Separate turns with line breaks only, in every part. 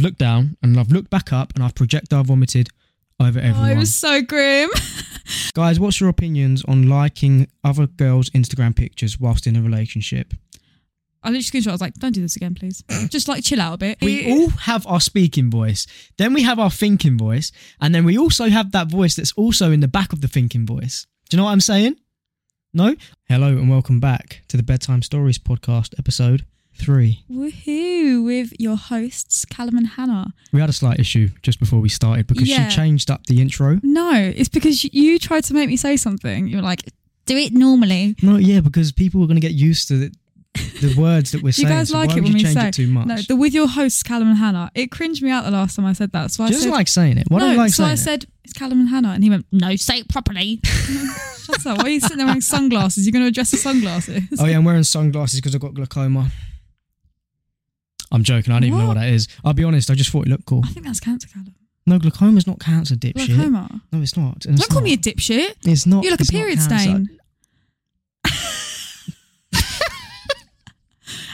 looked down and I've looked back up and I've projectile vomited over
Oh, it
everyone.
was so grim.
Guys, what's your opinions on liking other girls' Instagram pictures whilst in a relationship?
I literally screenshot. I was like, "Don't do this again, please. Just like chill out a bit."
We all have our speaking voice, then we have our thinking voice, and then we also have that voice that's also in the back of the thinking voice. Do you know what I'm saying? No? Hello and welcome back to the Bedtime Stories podcast, episode three.
Woohoo! With your hosts, Callum and Hannah.
We had a slight issue just before we started because
Yeah.
she changed up the intro.
No, it's because you tried to make me say something. You're like, "Do it normally."
No, yeah, because people are going to get used to the, the words that we're
You
saying.
guys
so
like
why
it
would
when
you
we
change
say-
it too much?
No, the with your hosts, Callum and Hannah. It cringed me out the last time I said that. So I
she doesn't
said,
like saying it. Why
no,
don't you like
so
saying
I
it? Oh,
said it's Callum and Hannah, and he went, "No, say it properly." Shut up! Why are you sitting there wearing sunglasses? You're going to address the sunglasses.
Oh yeah, I'm wearing sunglasses because I've got glaucoma. I'm joking. I don't even know what
What?
that is. I'll be honest. I just thought it looked cool.
I think that's cancer, Callum.
No, glaucoma's not cancer, dipshit.
Glaucoma.
No, it's not. And it's
Don't call
not.
me a dipshit.
It's not.
You're like a
it's not
period
cancer.
stain.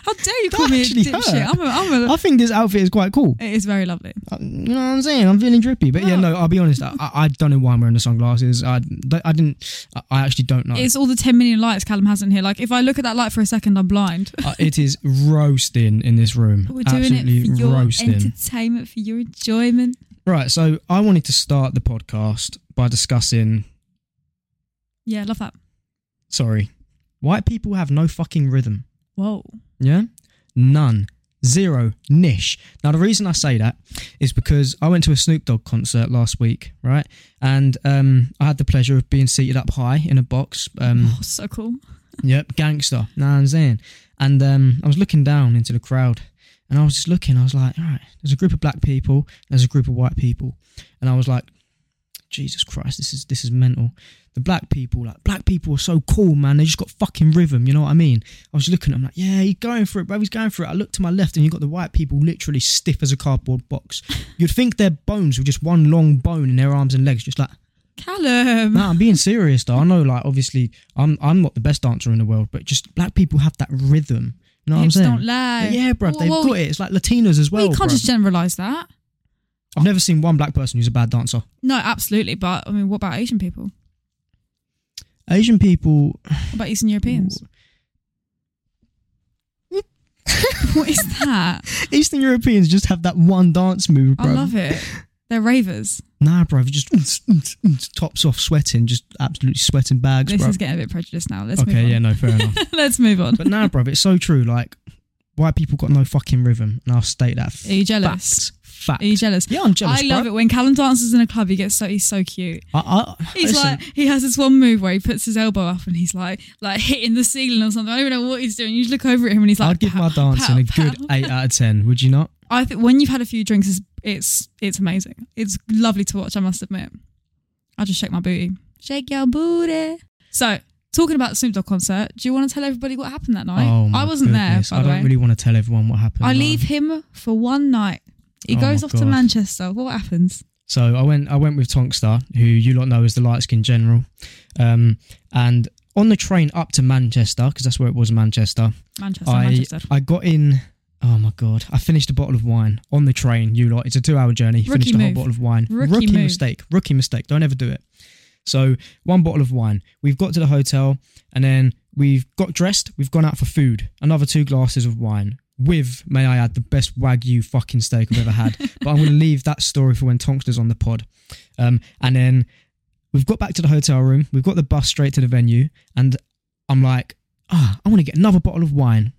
How dare you
That
call me a
actually
dipshit?
hurt. Oh.
I'm a, I'm a,
I think this outfit is quite cool.
it is very lovely.
Uh, You know what I'm saying? I'm feeling drippy, but yeah,
Oh.
no. I'll be honest. I, I I don't know why I'm wearing the sunglasses. I, I didn't. I- I actually don't know.
It's all the 10 million lights Callum has in here. Like, if I look at that light for a second, I'm blind.
Uh, it is roasting in this room.
We're doing
Absolutely
it for your
roasting.
entertainment, for your enjoyment.
right. So I wanted to start the podcast by discussing.
Yeah, love that.
Sorry, white people have no fucking rhythm.
Whoa.
Yeah? None. Zero. Niche. Now, the reason I say that is because I went to a Snoop Dogg concert last week, right? And um, I had the pleasure of being seated up high in a box. Um,
oh, so cool.
yep, gangster. Know what I'm saying? And um, I was looking down into the crowd and I was just looking. I was like, all right, there's a group of black people, there's a group of white people. And I was like, Jesus Christ, this is this is mental. The black people, like black people are so cool, man. They just got fucking rhythm, you know what I mean? I was looking at him like, yeah, he's going for it, bro. He's going for it. I looked to my left and you got the white people literally stiff as a cardboard box. You'd think their bones were just one long bone in their arms and legs, just like
Callum.
no, I'm being serious though. I know, like, obviously, I'm I'm not the best dancer in the world, but just black people have that rhythm. You know what
Hips
I'm saying?
don't lie.
Yeah, bruv,
Well,
they've
well,
got it. It's like Latinos as well.
we can't
bruv.
just generalise that.
I've never seen one black person who's a bad dancer.
No, absolutely. But, I mean, what about Asian people?
Asian people.
What about Eastern Europeans? what is that?
Eastern Europeans just have that one dance move,
I
bro.
love it. They're ravers.
Nah, bro, just tops off sweating, just absolutely sweating bags,
This
bro.
is getting a bit prejudiced now. Let's
Okay,
move
yeah,
on.
no, fair enough.
Let's move on.
But nah, bro, it's so true. Like, white people got no fucking rhythm, and I'll state that.
Are you jealous?
Fact. Fact.
Are you jealous?
Yeah, I'm jealous.
I love it when Callum dances in a club. He gets so he's so cute.
I, I,
He's
listen,
like he has this one move where he puts his elbow up and he's like like hitting the ceiling or something. I don't even know what he's doing. You just look over at him and he's like.
I'd give
"Pow,
my dancing a
pow,
good
pow."
eight out of ten. Would you not?
I think when you've had a few drinks, it's, it's it's amazing. It's lovely to watch. I must admit. I just shake my booty. Shake your booty. So talking about the Snoop Dogg concert, do you want to tell everybody what happened that night?
oh, my
I wasn't
goodness.
there. By
I
the
don't
way.
really want to tell everyone what happened.
I
no.
leave him for one night. He
Oh
goes
my
off to
God.
Manchester. What happens?
So I went. I went with Tonkstar, who you lot know as the light skin general, um, and on the train up to Manchester because that's where it was, Manchester.
Manchester,
I
Manchester.
I got in. Oh my god! I finished a bottle of wine on the train. You lot, it's a two-hour journey.
Rookie
finished a whole
move.
bottle of wine.
Rookie move.
mistake. Rookie mistake. Don't ever do it. So one bottle of wine. We've got to the hotel, and then we've got dressed. We've gone out for food. Another two glasses of wine. With, may I add, the best wagyu fucking steak I've ever had. but I'm going to leave that story for when Tonkster's on the pod. Um, and then we've got back to the hotel room. We've got the bus straight to the venue, and I'm like, ah, I want to get another bottle of wine.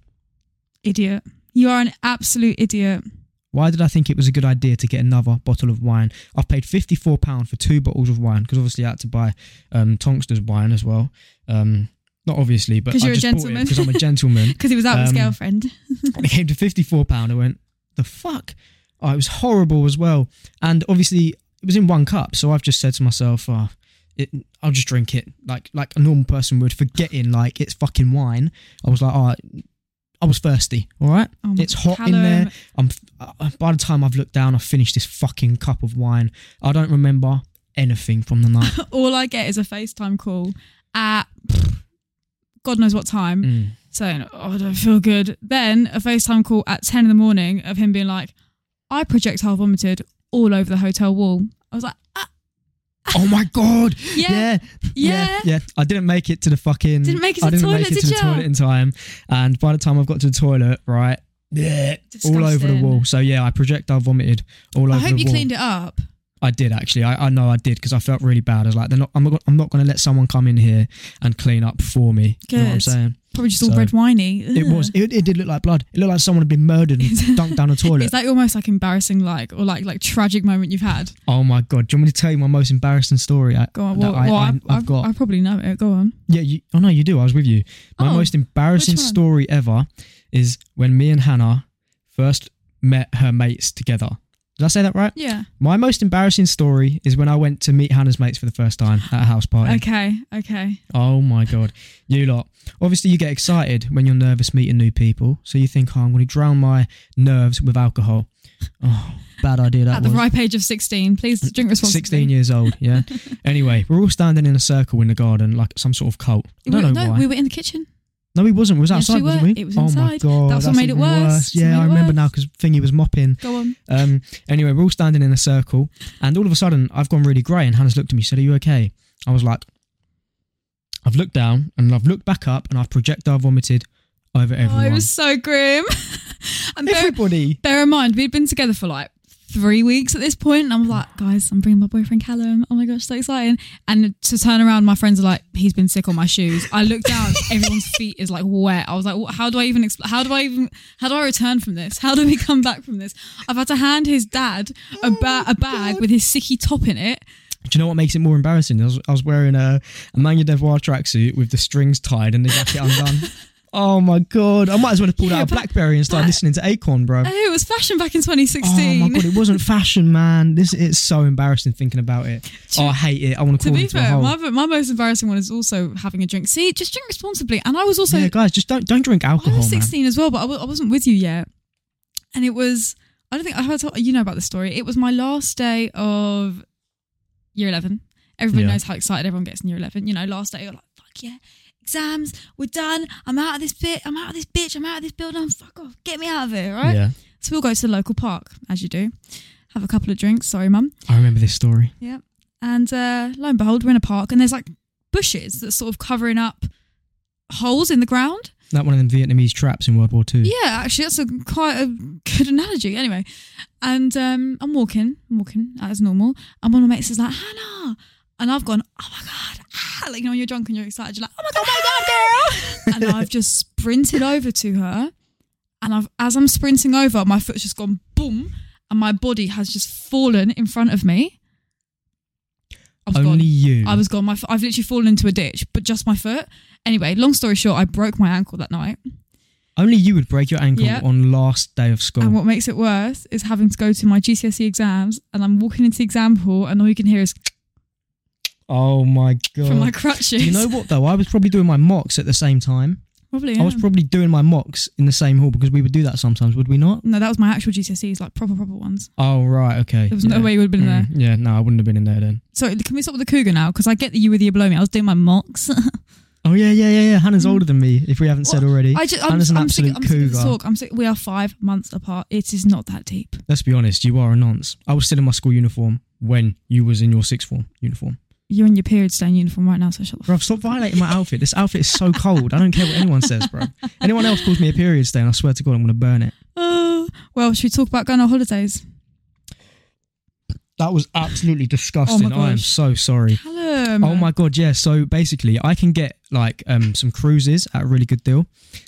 Idiot. You are an absolute idiot.
Why did I think it was a good idea to get another bottle of wine? I've paid £54 for two bottles of wine because obviously I had to buy um, Tonkster's wine as well. Um, not obviously, but
'Cause
I
you're a
just bought it
gentleman.
because I'm a gentleman.
Because he was out with his
Um,
girlfriend.
and it came to £54. I went, the fuck? Oh, it was horrible as well. And obviously it was in one cup. So I've just said to myself, oh, it, I'll just drink it like like a normal person would, forgetting like it's fucking wine. I was like, oh, I was thirsty, all right?
Oh my-
It's hot in there. I'm uh, by the time I've looked down, I've finished this fucking cup of wine. I don't remember anything from the night.
Callum, All I get is a FaceTime call at God knows what time
Mm.
saying, Oh, I don't feel good. Then a FaceTime call at 10 in the morning of him being like, I projectile vomited all over the hotel wall. I was like, ah,
Oh my god!
yeah,
yeah,
yeah.
yeah. I didn't make it to the fucking.
Didn't make it to
I
the
didn't
toilet,
make it
did
to the
ya?
toilet in time, and by the time I've got to the toilet, right, yeah, all over the
Disgusting.
wall. So yeah, I projectile vomited all over
I
the
hope you
wall.
cleaned it up.
I did actually. I, I know I did because I felt really bad. I was like, they're not. I'm not. I'm not going to let someone come in here and clean up for me. You know what I'm
Good.
saying?
Probably just all
So,
red winey.
It was. It, it did look like blood. It looked like someone had been murdered and dunked down a toilet.
Is that almost like embarrassing, like or like like tragic moment you've had?
oh my god! Do you want me to tell you my most embarrassing story? I,
Go on.
that
Well, well, I,
I, I've got.
I probably know it. Go on.
Yeah, you, oh no, you do. I was with you. My
Oh,
most embarrassing
which one?
story ever is when me and Hannah first met her mates together. Did I say that right?
Yeah.
My most embarrassing story is when I went to meet Hannah's mates for the first time at a house party.
Okay. Okay.
Oh my god, you lot! Obviously, you get excited when you're nervous meeting new people, so you think, "Oh, I'm going to drown my nerves with alcohol." Oh, bad idea that
At the
was.
ripe age of sixteen, please drink responsibly.
16 years old, yeah. anyway, we're all standing in a circle in the garden like some sort of cult. I
We-
don't know
no,
why.
we were in the kitchen.
No, he wasn't. It was
Yes,
outside,
we
wasn't
were.
we?
It was
Oh my
inside.
god,
That's what made it
even
worse. That's what
Yeah,
made
I
it
remember
worse.
now because Thingy was mopping.
Go on.
Um, anyway, we're all standing in a circle, and all of a sudden, I've gone really grey, and Hannah's looked at me. Said, "Are you okay?" I was like, "I've looked down, and I've looked back up, and I've projectile vomited over everyone."
Oh, it was so grim. and bear,
Everybody.
bear in mind, we'd been together for like three weeks at this point, and I'm like, guys, I'm bringing my boyfriend Callum. Oh my gosh, so exciting! And to turn around, my friends are like, he's been sick on my shoes. I look down, everyone's feet is like wet. I was like, "What- how do I even? Expl- how do I even? How do I return from this? How do we come back from this? I've had to hand his dad a,
Oh,
ba- a bag with his sicky top in it.
Do you know what makes it more embarrassing? I was, I was wearing a, a Manu Devoir tracksuit with the strings tied and the jacket undone. Oh my god! I might as well have pulled
Yeah,
out a
but-
BlackBerry and started listening to Acorn, bro.
And it was fashion back in 2016.
Oh my god, it wasn't fashion, man. This it's so embarrassing thinking about it.
To-
Oh, I hate it. I want to
To
crawl
be
into a
fair,
hole.
my, my most embarrassing one is also having a drink. See, just drink responsibly. And I was also
yeah, guys, just don't don't drink
I
alcohol,
was
Oh, man.
16 as well, but I w- I wasn't with you yet. And it was, I don't think I heard, you know about the story. It was my last day of year 11. Everybody
Yeah.
knows how excited everyone gets in year 11. You know, last day, you're like, fuck yeah, exams, we're done. I'm out of this bit. I'm out of this bitch. I'm out of this building. Fuck off. Get me out of here, right?
Yeah,
So we'll go to the local park, as you do. Have a couple of drinks. Sorry, mum.
I remember this story.
And uh, lo and behold, we're in a park and there's like bushes that's sort of covering up holes in the ground.
That one of them Vietnamese traps in World War Two.
Yeah, actually, that's a quite a good analogy. Anyway, and um, I'm walking, I'm walking as normal, and one of my mates is like, Hannah. And I've gone, oh my God. Ah. Like, you know, when you're drunk and you're excited, you're like, oh my God, oh my God, girl. and I've just sprinted over to her. And I've, as I'm sprinting over, my foot's just gone boom. And my body has just fallen in front of me. I was
Only
gone.
you.
I was gone. My, f- I've literally fallen into a ditch, but just my foot. Anyway, long story short, I broke my ankle that night.
Only you would break your ankle
Yeah.
on last day of school.
And what makes it worse is having to go to my GCSE E exams, and I'm walking into the exam hall, and all you can hear is
oh my god.
from my crutches.
Do you know what though? I was probably doing my mocks at the same time.
Probably. Yeah.
I was probably doing my mocks in the same hall because we would do that sometimes, would we not?
no, that was my actual GCSEs, like proper, proper ones.
Oh right, okay.
There was
yeah.
no way you would have been there.
Mm, yeah, no, I wouldn't have been in there then.
So can we stop with the cougar now? Because I get that you were the year below me. I was doing my mocks.
Oh yeah, yeah, yeah, yeah. Hannah's
Mm.
older than me, if we haven't said already.
I just, I'm,
Anna's an
I'm sick,
absolute
I'm sick of this
cougar.
talk. I'm sick. We are five months apart. It is not that deep.
Let's be honest, you are a nonce. I was still in my school uniform when you was in your sixth form uniform.
You're in your period staying uniform right now, so shut the
Bro, stop violating my outfit. This outfit is so cold. I don't care what anyone says, bro. Anyone else calls me a period stain, I swear to God, I'm gonna burn it.
Oh, well, should we talk about going on holidays?
That was absolutely disgusting. I am
Oh gosh.
so sorry.
Callum.
Oh my god, yeah. So basically, I can get like um some cruises at a really good deal,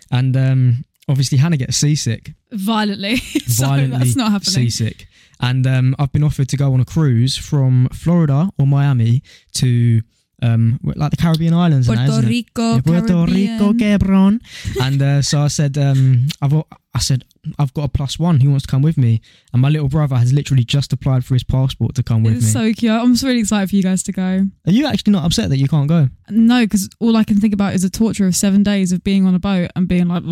and um obviously Hannah gets seasick,
Violently. so
violently
that's not happening.
seasick, and um I've been offered to go on a cruise from Florida or Miami to um like the Caribbean islands, and that,
Puerto
isn't it?
Rico,
Yeah, Puerto Rico,
Caribbean.
Quebron. and uh, so I said, um, I've, al- I said, I've got a plus one. Who wants to come with me? And my little brother has literally just applied for his passport to come with me.
It's so cute. I'm just really excited for you guys to go.
Are you actually not upset that you can't go?
No, because all I can think about is a torture of seven days of being on a boat and being like.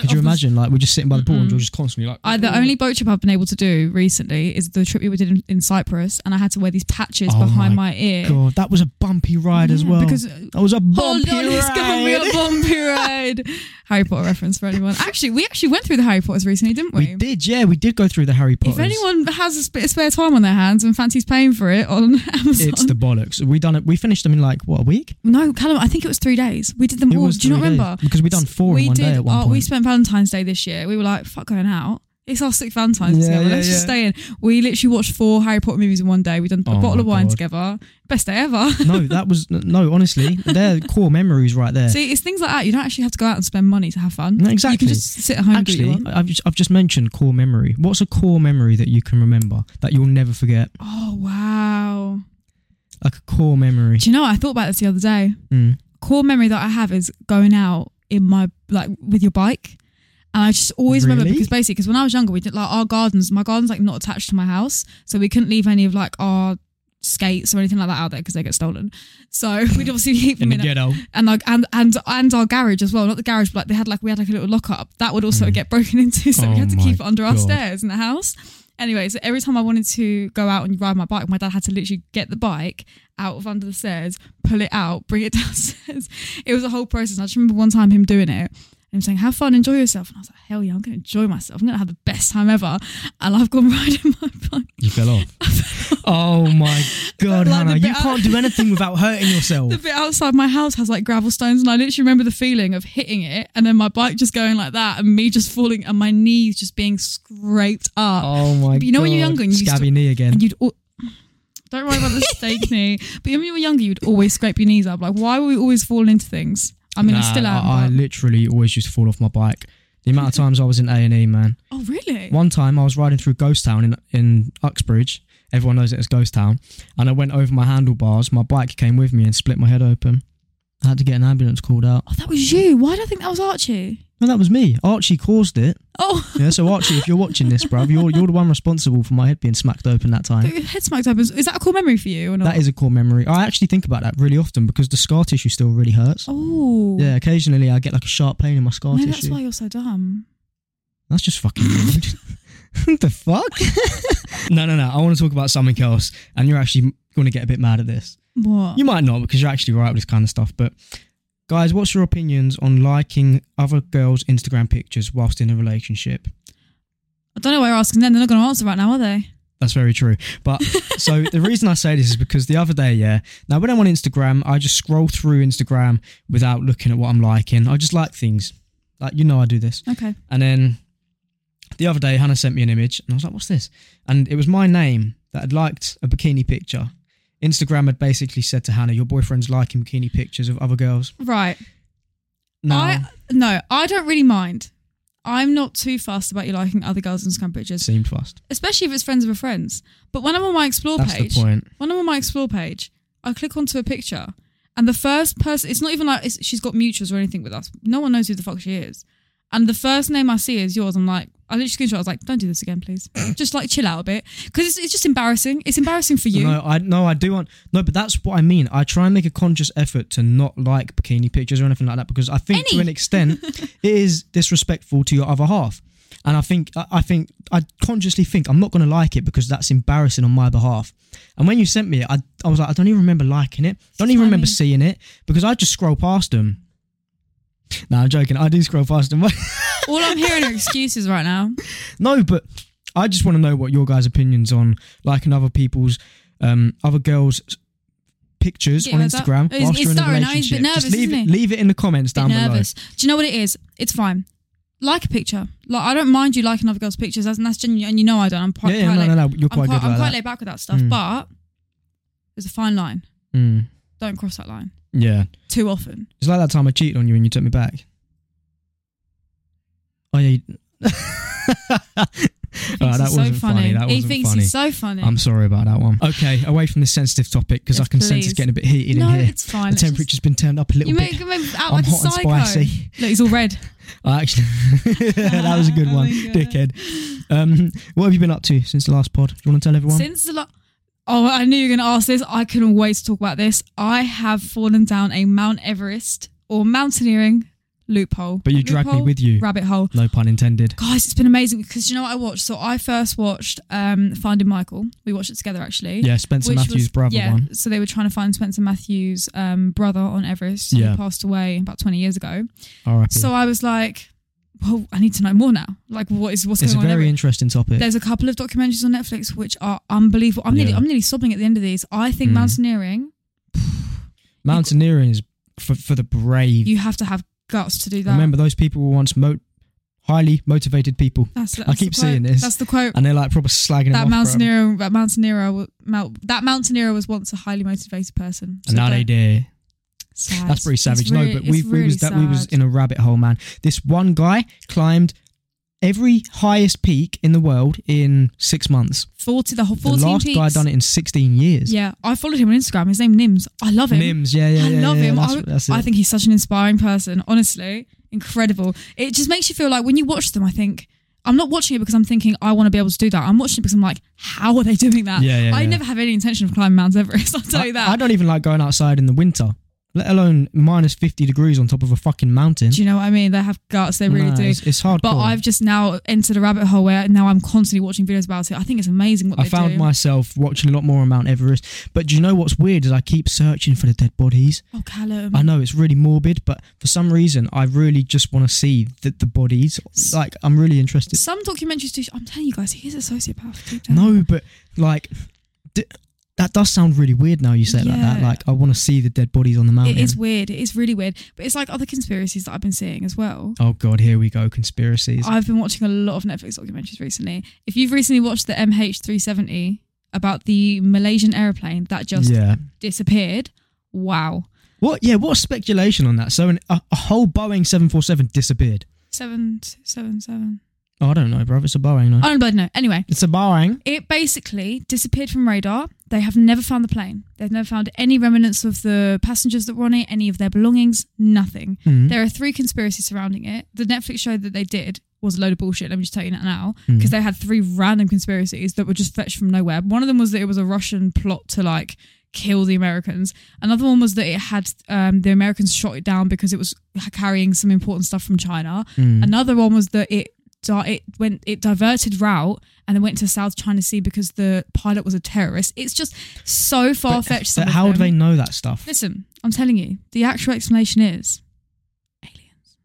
Could you imagine? Like we're just sitting by the pool and
Mm-mm.
you're just constantly like.
Mm-hmm. I, the only boat trip I've been able to do recently is the trip we did in, in Cyprus, and I had to wear these patches
Oh
behind my, ear.
God, that was a bumpy ride as
Yeah,
well.
Because
that was a
hold
bumpy
on, it's gonna be
ride.
a bumpy ride. Harry Potter reference for anyone. Actually, we actually went through the Harry Potters recently, didn't we?
We did, yeah, we did go through the Harry Potter.
if anyone has a bit of spare time on their hands and fancies paying for it on Amazon,
it's the bollocks. We done it. We finished them in like what a week?
no, Callum, I think it was three days. We did them
It
all.
was
Do you not
three days,
remember?
because we done four in one day at one
oh,
point.
We spent Valentine's Day this year. We were like, fuck going out. It's our sixth Valentine's
Yeah,
together.
yeah,
Let's just
yeah.
stay in. We literally watched four Harry Potter movies in one day. We done a
Oh
bottle
my
of wine
God.
together. Best day ever.
no, that was no. Honestly, they're core memories right there.
See, it's things like that. You don't actually have to go out and spend money to have fun.
No,
You can
exactly.
just sit at home and do what you
Actually,
want.
I've just, I've just mentioned core memory. What's a core memory that you can remember that you'll never forget?
Oh wow!
Like a core memory.
Do you know? what? I thought about this the other day.
Mm.
Core memory that I have is going out in my like with your bike, and I just always remember
Really?
because basically because when I was younger we did like our gardens. My garden's like not attached to my house, so we couldn't leave any of like our skates or anything like that out there because they get stolen. So we'd obviously keep them in,
ghetto.
and like and and and our garage as well. Not the garage, but like they had like we had like a little lock up that would also get broken into, so we
Mm. Oh
had to
my
keep it under our
God.
stairs in the house. Anyway, so every time I wanted to go out and ride my bike, my dad had to literally get the bike out of under the stairs, pull it out, bring it downstairs. It was a whole process. I just remember one time him doing it and him saying, "Have fun, enjoy yourself." And I was like, "Hell yeah, I'm gonna enjoy myself. I'm gonna have the best time ever." And I've gone riding my bike.
You fell off. oh my god,
Like the
Hannah!
bit
You
out-
can't do anything without hurting yourself.
The bit outside my house has like gravel stones, and I literally remember the feeling of hitting it and then my bike just going like that and me just falling and my knees just being scraped up.
oh my!
But you know when you're
God.
younger and you used to-
scabby knee again.
And you'd all. Don't worry about the steak knee. But when you were younger, you'd always scrape your knees up. Like, why were we always falling into things? I mean, I
Nah,
still am.
I, I
but-
literally always used to fall off my bike. The amount of times I was in A and E, man.
oh, really?
One time I was riding through Ghost Town in in Uxbridge. Everyone knows it as Ghost Town. And I went over my handlebars. My bike came with me and split my head open. I had to get an ambulance called out.
Oh, that was you. Why do I think that was Archie?
No, that was me. Archie caused it.
Oh,
Yeah, so Archie, if you're watching this, bruv, you're you're the one responsible for my head being smacked open that time.
your head smacked up. Is is that a cool memory for you or not?
That is a core memory. I actually think about that really often because the scar tissue still really hurts.
Oh.
Yeah, occasionally I get like a sharp pain in my scar
Maybe that's
tissue.
why you're so dumb.
That's just fucking rude. What the fuck? no, no, no. I want to talk about something else, and you're actually going to get a bit mad at this.
What?
You might not because you're actually right with this kind of stuff. But guys, what's your opinions on liking other girls' Instagram pictures whilst in a relationship?
I don't know why you're asking them. They're not going to answer right now, are they?
That's very true. But so the reason I say this is because the other day, yeah. Now when I'm on Instagram, I just scroll through Instagram without looking at what I'm liking. I just like things. Like you know, I do this.
Okay.
And then the other day, Hannah sent me an image, and I was like, "What's this?" And it was my name that had liked a bikini picture. Instagram had basically said to Hannah, "Your boyfriend's liking bikini pictures of other girls."
Right.
No,
I no, I don't really mind. I'm not too fast about you liking other girls' Instagram
it
pictures,
seemed fast.
especially if it's friends of a friends. But when I'm on my explore
That's
page,
the point.
when I'm on my explore page, I click onto a picture, and the first person, it's not even like it's, she's got mutuals or anything with us. No one knows who the fuck she is. And the first name I see is yours. I'm like, I literally screenshot. I was like, don't do this again, please. just like chill out a bit, because it's, it's just embarrassing. It's embarrassing for you.
No, I no, I do want no, but that's what I mean. I try and make a conscious effort to not like bikini pictures or anything like that because I think
Any.
to an extent it is disrespectful to your other half. And I think I- I think I consciously think I'm not going to like it because that's embarrassing on my behalf. And when you sent me it, I, I was like, I don't even remember liking it. Don't
what
even
I
remember
mean.
seeing it because I just scroll past them. No, I'm joking. I do scroll past them.
All I'm hearing are excuses right now.
No, but I just want to know what your guys' opinions on liking other people's, um, other girls' pictures
Yeah,
on
that-
Instagram
it's-
whilst
it's
you're in a
starting now, he's a
relationship.
bit nervous,
just leave
isn't
it,
he?
leave it in the comments
bit
down below.
nervous. Do you know what it is? It's fine. Like a picture. Like I don't mind you liking other girls' pictures, as- and that's genuine. And you know I don't. I'm quite.
Yeah, yeah,
quite
no,
laid-
no, no. You're quite,
I'm quite,
good
I'm
like
quite
that.
laid back with that stuff,
Mm.
but there's a fine line.
Mm,
Don't cross that line
yeah,
too often.
it's like that time I cheated on you and you took me back. Oh yeah. You...
He
Oh,
thinks
that
he's
wasn't funny. That
he
wasn't
thinks
funny.
he's so funny.
I'm sorry about that one. Okay, away from this sensitive topic because
Yes,
I can sense
please.
it's getting a bit heated
no,
in here.
it's fine.
The
It's just-
temperature's been turned up a little
you
bit.
make him
I'm
out like
hot and
a Oh, psycho.
spicy.
Look, he's all red.
I actually, that was a good
Oh
one,
my God.
dickhead. Um, what have you been up to since the last pod? Do you want to tell everyone?
Since the lo- oh, I knew you were going to ask this. I couldn't wait to talk about this. I have fallen down a Mount Everest or mountaineering loophole.
But you
Not
dragged me
loophole,
with you.
Rabbit hole.
No pun intended.
Guys, it's been amazing because you know what I watched? So I first watched um, Finding Michael. We watched it together actually.
Yeah, Spencer
Which
Matthews'
was-
brother
yeah,
one.
So they were trying to find Spencer Matthews' um, brother on Everest. who
Yeah.
passed away about 20 years ago.
R.I.P.
So I was like, well, I need to know more now. Like, what is what's
it's a
going on?
very
on?
interesting topic.
There's a couple of documentaries on Netflix which are unbelievable. I'm nearly
Yeah.
I'm nearly sobbing at the end of these. I think
Mm.
mountaineering,
Mountaineering is for, for the brave.
you have to have guts to do that.
Remember, those people were once mo- highly motivated people,
that's, that's
I
the
keep
quote.
seeing this.
That's the quote.
and they're like proper slagging them
That
off. bro.
mountaineer, that mountaineer, wa- mount, that mountaineer was once a highly motivated person.
And now they
don't-
do.
sad.
That's pretty
It's
savage.
really-
no, but
it's
we, we
really
was that we was
sad.
in a rabbit hole, man. This one guy climbed every highest peak in the world in six months.
forty. The whole
The
fourteen
last
peaks.
guy done it in sixteen years.
Yeah, I followed him on Instagram. His name Nims. I love him.
Nims, yeah, yeah,
I
yeah,
love
yeah,
him.
That's, that's it.
I think he's such an inspiring person. Honestly, incredible. It just makes you feel like when you watch them, I think I'm not watching it because I'm thinking I want to be able to do that. I'm watching it because I'm like, how are they doing that?
Yeah, yeah,
I
yeah.
never have any intention of climbing Mount Everest. I'll tell you that.
I, I don't even like going outside in the winter, let alone minus fifty degrees on top of a fucking mountain.
do you know what I mean? They have guts. They really
Nah,
do.
It's, it's hardcore.
But I've just now entered a rabbit hole where now I'm constantly watching videos about it. I think it's amazing what
I
they
found
do.
myself watching a lot more on Mount Everest. But do you know what's weird is I keep searching for the dead bodies.
oh, Callum.
I know it's really morbid, but for some reason, I really just want to see the, the bodies. Like, I'm really interested.
Some documentaries do. I'm telling you guys, he is a sociopath. deep down.
No, but like, d- that does sound really weird now you say it like that.
Yeah.
Like, I want to see the dead bodies on the mountain.
It is weird. It is really weird. But it's like other conspiracies that I've been seeing as well.
Oh, God, here we go. Conspiracies.
I've been watching a lot of Netflix documentaries recently. If you've recently watched the MH370 about the Malaysian airplane that just
yeah.
disappeared, wow.
What? Yeah, what speculation on that? So, an, a, a whole Boeing 747 disappeared.
777.
Oh, I don't know, bro. It's a Boeing, no?
I don't Oh, bloody know. Anyway,
it's a Boeing.
it basically disappeared from radar. They have never found the plane. They've never found any remnants of the passengers that were on it, any of their belongings, nothing.
Hmm.
There are three conspiracies surrounding it. The Netflix show that they did was a load of bullshit. Let me just tell you that now,
Mm-hmm.
because they had three random conspiracies that were just fetched from nowhere. One of them was that it was a Russian plot to like kill the Americans. Another one was that it had um, the Americans shot it down because it was carrying some important stuff from China.
Mm.
Another one was that it di- it went it diverted route and then went to South China Sea because the pilot was a terrorist. It's just so far fetched.
But how would they know that stuff?
Listen, I'm telling you, the actual explanation is aliens.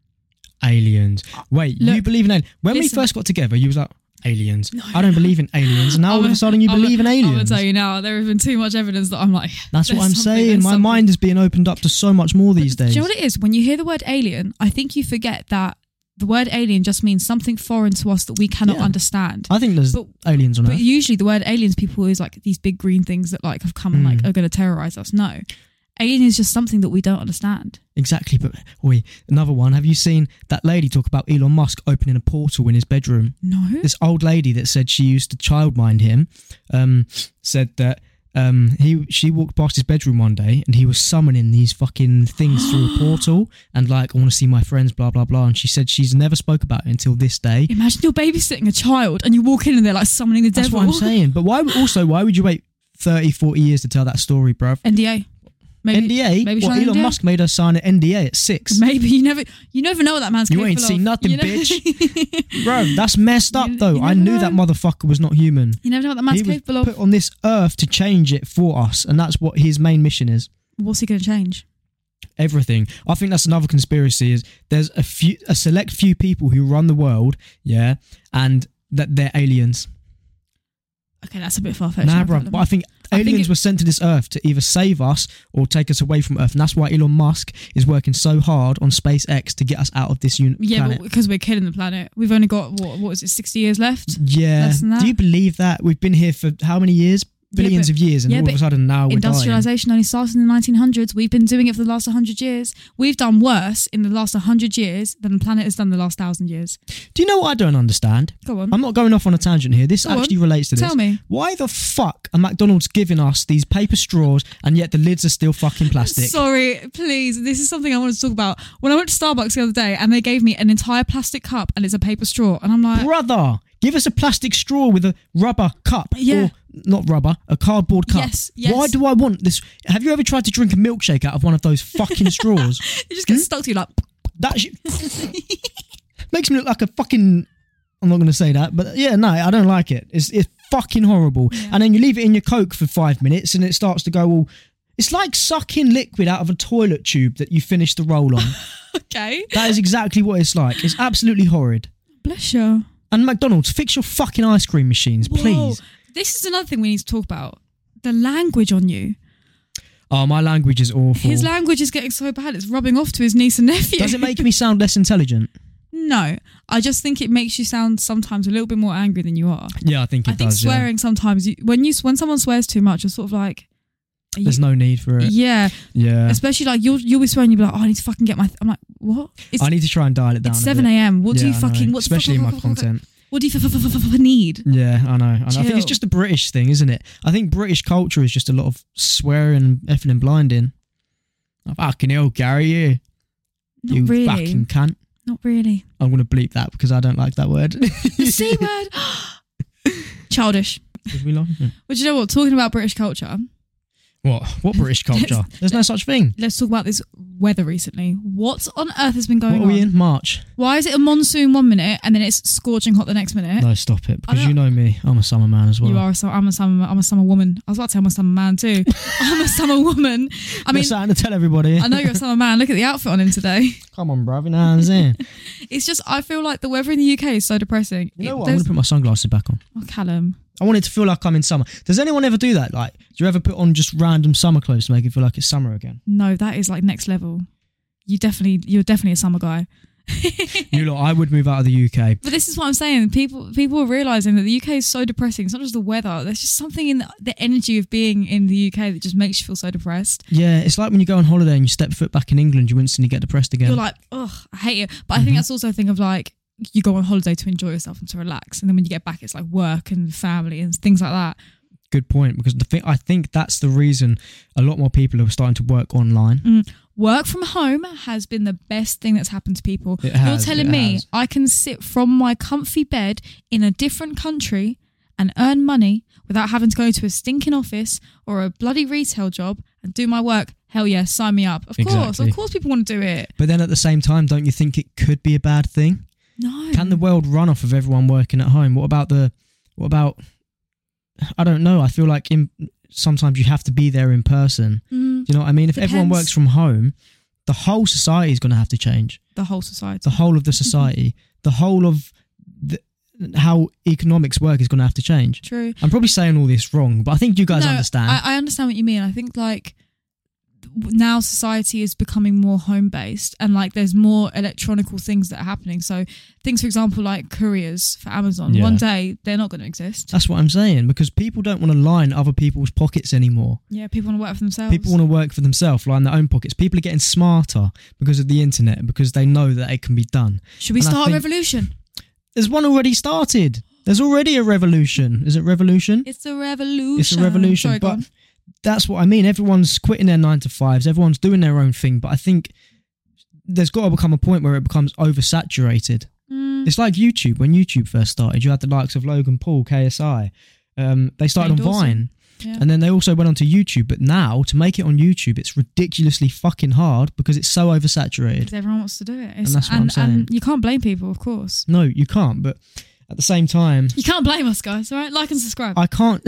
aliens. Wait, you
Ah, Look,
believe in aliens? When
listen.
we first got together, you was like aliens.
No,
I don't believe in aliens. And now all of
I'm
a
a-
Oh, sudden you
I'm a-
believe in
I'm gonna
aliens.
tell you now, there has been too much evidence that I'm like.
That's what
there's
I'm
something,
saying.
there's
My
something.
mind is being opened up to so much more these
Do
days.
you know what it is? When you hear the word alien, I think you forget that the word alien just means something foreign to us that we cannot
Yeah. Uh-huh.
understand.
I think there's
But-
aliens on
But
Earth.
usually the word aliens people is like these big green things that like have come and
Hmm.
like are going to terrorize us. No. Alien is just something that we don't understand.
Exactly. But wait, another one. Have you seen that lady talk about Elon Musk opening a portal in his bedroom?
No.
This old lady that said she used to childmind him um, said that um, he she walked past his bedroom one day and he was summoning these fucking things through a portal and like I want to see my friends, blah blah blah. And she said she's never spoke about it until this day.
Imagine you're babysitting a child and you walk in and they're like summoning the
That's
devil.
what I'm saying. But why? Also, why would you wait 30, 40 years to tell that story, bruv?
NDA. Maybe,
NDA.
maybe
what
sign
Elon
NDA?
Musk made us sign an NDA at six,
Maybe you never you never know what that man's
You
capable
ain't seen
of.
nothing,
you never-
bro. That's messed up,
You-
though.
you
I
never
knew that motherfucker was not human.
you never know what that man's
he was
capable of.
put on this earth to change it for us, and that's what his main mission is.
What's he going to change?
everything. I think that's another conspiracy is there's a few a select few people who run the world, yeah, and that they're aliens.
Okay, that's a bit far fetched.
Nah, bro. But I think
I think
aliens
it-
were sent to this earth to either save us or take us away from Earth, and that's why Elon Musk is working so hard on SpaceX to get us out of this un-
yeah,
planet.
but because we're killing the planet. We've only got what what is it, sixty years left?
yeah,
less than that.
do you believe that we've been here for how many years?
Yeah,
Billions
but-
of years, and
yeah,
all of
but
a sudden now we're dying.
Industrialization only started in the 1900s. We've been doing it for the last 100 years. We've done worse in the last 100 years than the planet has done the last thousand years.
Do you know what I don't understand?
Go on.
I'm not going off on a tangent here. This
Hmm? Go on.
actually relates to this.
Tell me.
Why the fuck are McDonald's giving us these paper straws and yet the lids are still fucking plastic?
Sorry, please. This is something I wanted to talk about. When I went to Starbucks the other day and they gave me an entire plastic cup and it's a paper straw, and I'm like,
Brother, give us a plastic straw with a rubber cup.
Yeah.
Or not rubber, a cardboard cup.
Yes, yes.
Why do I want this? Have you ever tried to drink a milkshake out of one of those fucking straws?
it just gets stuck to you like,
That shit makes me look like a fucking. I'm not going to say that, but yeah, no, I don't like it. It's it's fucking horrible.
Yeah.
And then you leave it in your coke for five minutes, and it starts to go all. It's like sucking liquid out of a toilet tube that you finish the roll on.
okay.
that is exactly what it's like. It's absolutely horrid.
Bless you.
And McDonald's, fix your fucking ice cream machines,
Whoa.
please.
This is another thing we need to talk about. The language on you.
Oh, my language is awful.
His language is getting so bad it's rubbing off to his niece and nephew.
Does it make me sound less intelligent?
No, I just think it makes you sound sometimes a little bit more angry than you are.
Yeah, I think it
I think
does. yeah.
swearing sometimes you, when you when someone swears too much, you're sort of like, are you-
There's no need for it.
yeah,
Yeah.
especially like you'll you'll be swearing, you'll be like, oh, I need to fucking get my. Th-. I'm like, what? It's,
I need to try and dial it down.
it's
a
seven
bit.
a.m. What do
Yeah,
you
I know.
fucking what the
Especially in
fuck,
my
fuck, fuck, fuck,
content.
What do you fuck, fuck, fuck, fuck, fuck, need?
Yeah, I know. I, know. I think it's
Chill.
just a British thing, isn't it? I think British culture is just a lot of swearing and effing and blinding. Oh, fucking hell, Gary, you,
Not
you
really.
fucking cunt.
Not really.
I'm going to bleep that because I don't like that word.
The c word. Childish.
Did we laugh? Yeah.
But you know what? Talking about British culture,
What? What British culture? There's no such thing.
let's talk about this weather recently. What on earth has been going
What are we
on?
in? March.
Why is it a monsoon one minute and then it's scorching hot the next minute?
No, stop it. Because
don't-
you know me. I'm a summer man as well.
You are a summer. I'm a summer. I'm a summer woman. I was about to say I'm a summer man too. I'm a summer woman. I
You're
mean,
starting to tell everybody.
I know you're a summer man. Look at the outfit on him today.
Come on, bruv. You know what I'm saying?
It's just I feel like the weather in the UK is so depressing.
You know what?
It-
I'm going
there's-
to put my sunglasses back on.
oh, Callum.
I want it to feel like I'm in summer. Does anyone ever do that? Like, do you ever put on just random summer clothes to make it feel like it's summer again?
No, that is like next level. You definitely, you're definitely a summer guy.
you lot, I would move out of the UK.
But this is what I'm saying. People, people are realizing that the UK is so depressing. It's not just the weather. There's just something in the, the energy of being in the UK that just makes you feel so depressed.
Yeah, it's like when you go on holiday and you step foot back in England, you instantly get depressed again.
You're like, oh, I hate it. But I think that's also a thing of like, you go on holiday to enjoy yourself and to relax. And then when you get back, it's like work and family and things like that.
Good point, because the thing, I think that's the reason a lot more people are starting to work
Mm.
online.
Work from home has been the best thing that's happened to people.
It has,
You're telling
it
me
has.
I can sit from my comfy bed in a different country and earn money without having to go to a stinking office or a bloody retail job and do my work. Hell yeah, sign me up. Of course,
Exactly.
of course, people want to do it.
But then at the same time, don't you think it could be a bad thing?
No,
Can the world run off of everyone working at home? What about the, what about, I don't know. I feel like in, sometimes you have to be there in person. Do
Mm,
you know what I mean? If everyone
Depends.
works from home, the whole society is going to have to change.
the whole society.
the whole of
Mm-hmm.
the society, the whole of the, how economics work is going to have to change.
True.
I'm probably saying all this wrong, but I think you guys
No,
understand.
I, I understand what you mean. I think like w- now society is becoming more home based and like there's more electronical things that are happening. So things, for example, like couriers for Amazon,
Yeah.
one day they're not going to exist.
That's what I'm saying because people don't want to line other people's pockets anymore.
Yeah, people want to work for themselves.
People want to work for themselves, line their own pockets. People are getting smarter because of the internet because they know that it can be done.
Should we
and I
start a
think-
revolution?
There's one already started. There's already a revolution. Is it revolution?
It's a revolution.
It's a revolution,
Sorry, go on.
but that's what I mean. Everyone's quitting their nine to fives. Everyone's doing their own thing, but I think there's got to become a point where it becomes oversaturated.
Mm,
It's like YouTube. When YouTube first started, you had the likes of Logan Paul, KSI. Um, they started
Shane
on
Dawson.
Vine,
yeah.
and then they also went onto YouTube. But now, to make it on YouTube, it's ridiculously fucking hard because it's so oversaturated.
'Cause everyone wants to do it. It's,
that's what I'm
and,
saying.
and you can't blame people, of course.
No, you can't. But at the same time,
You can't blame us, guys. All right, like and subscribe.
I can't.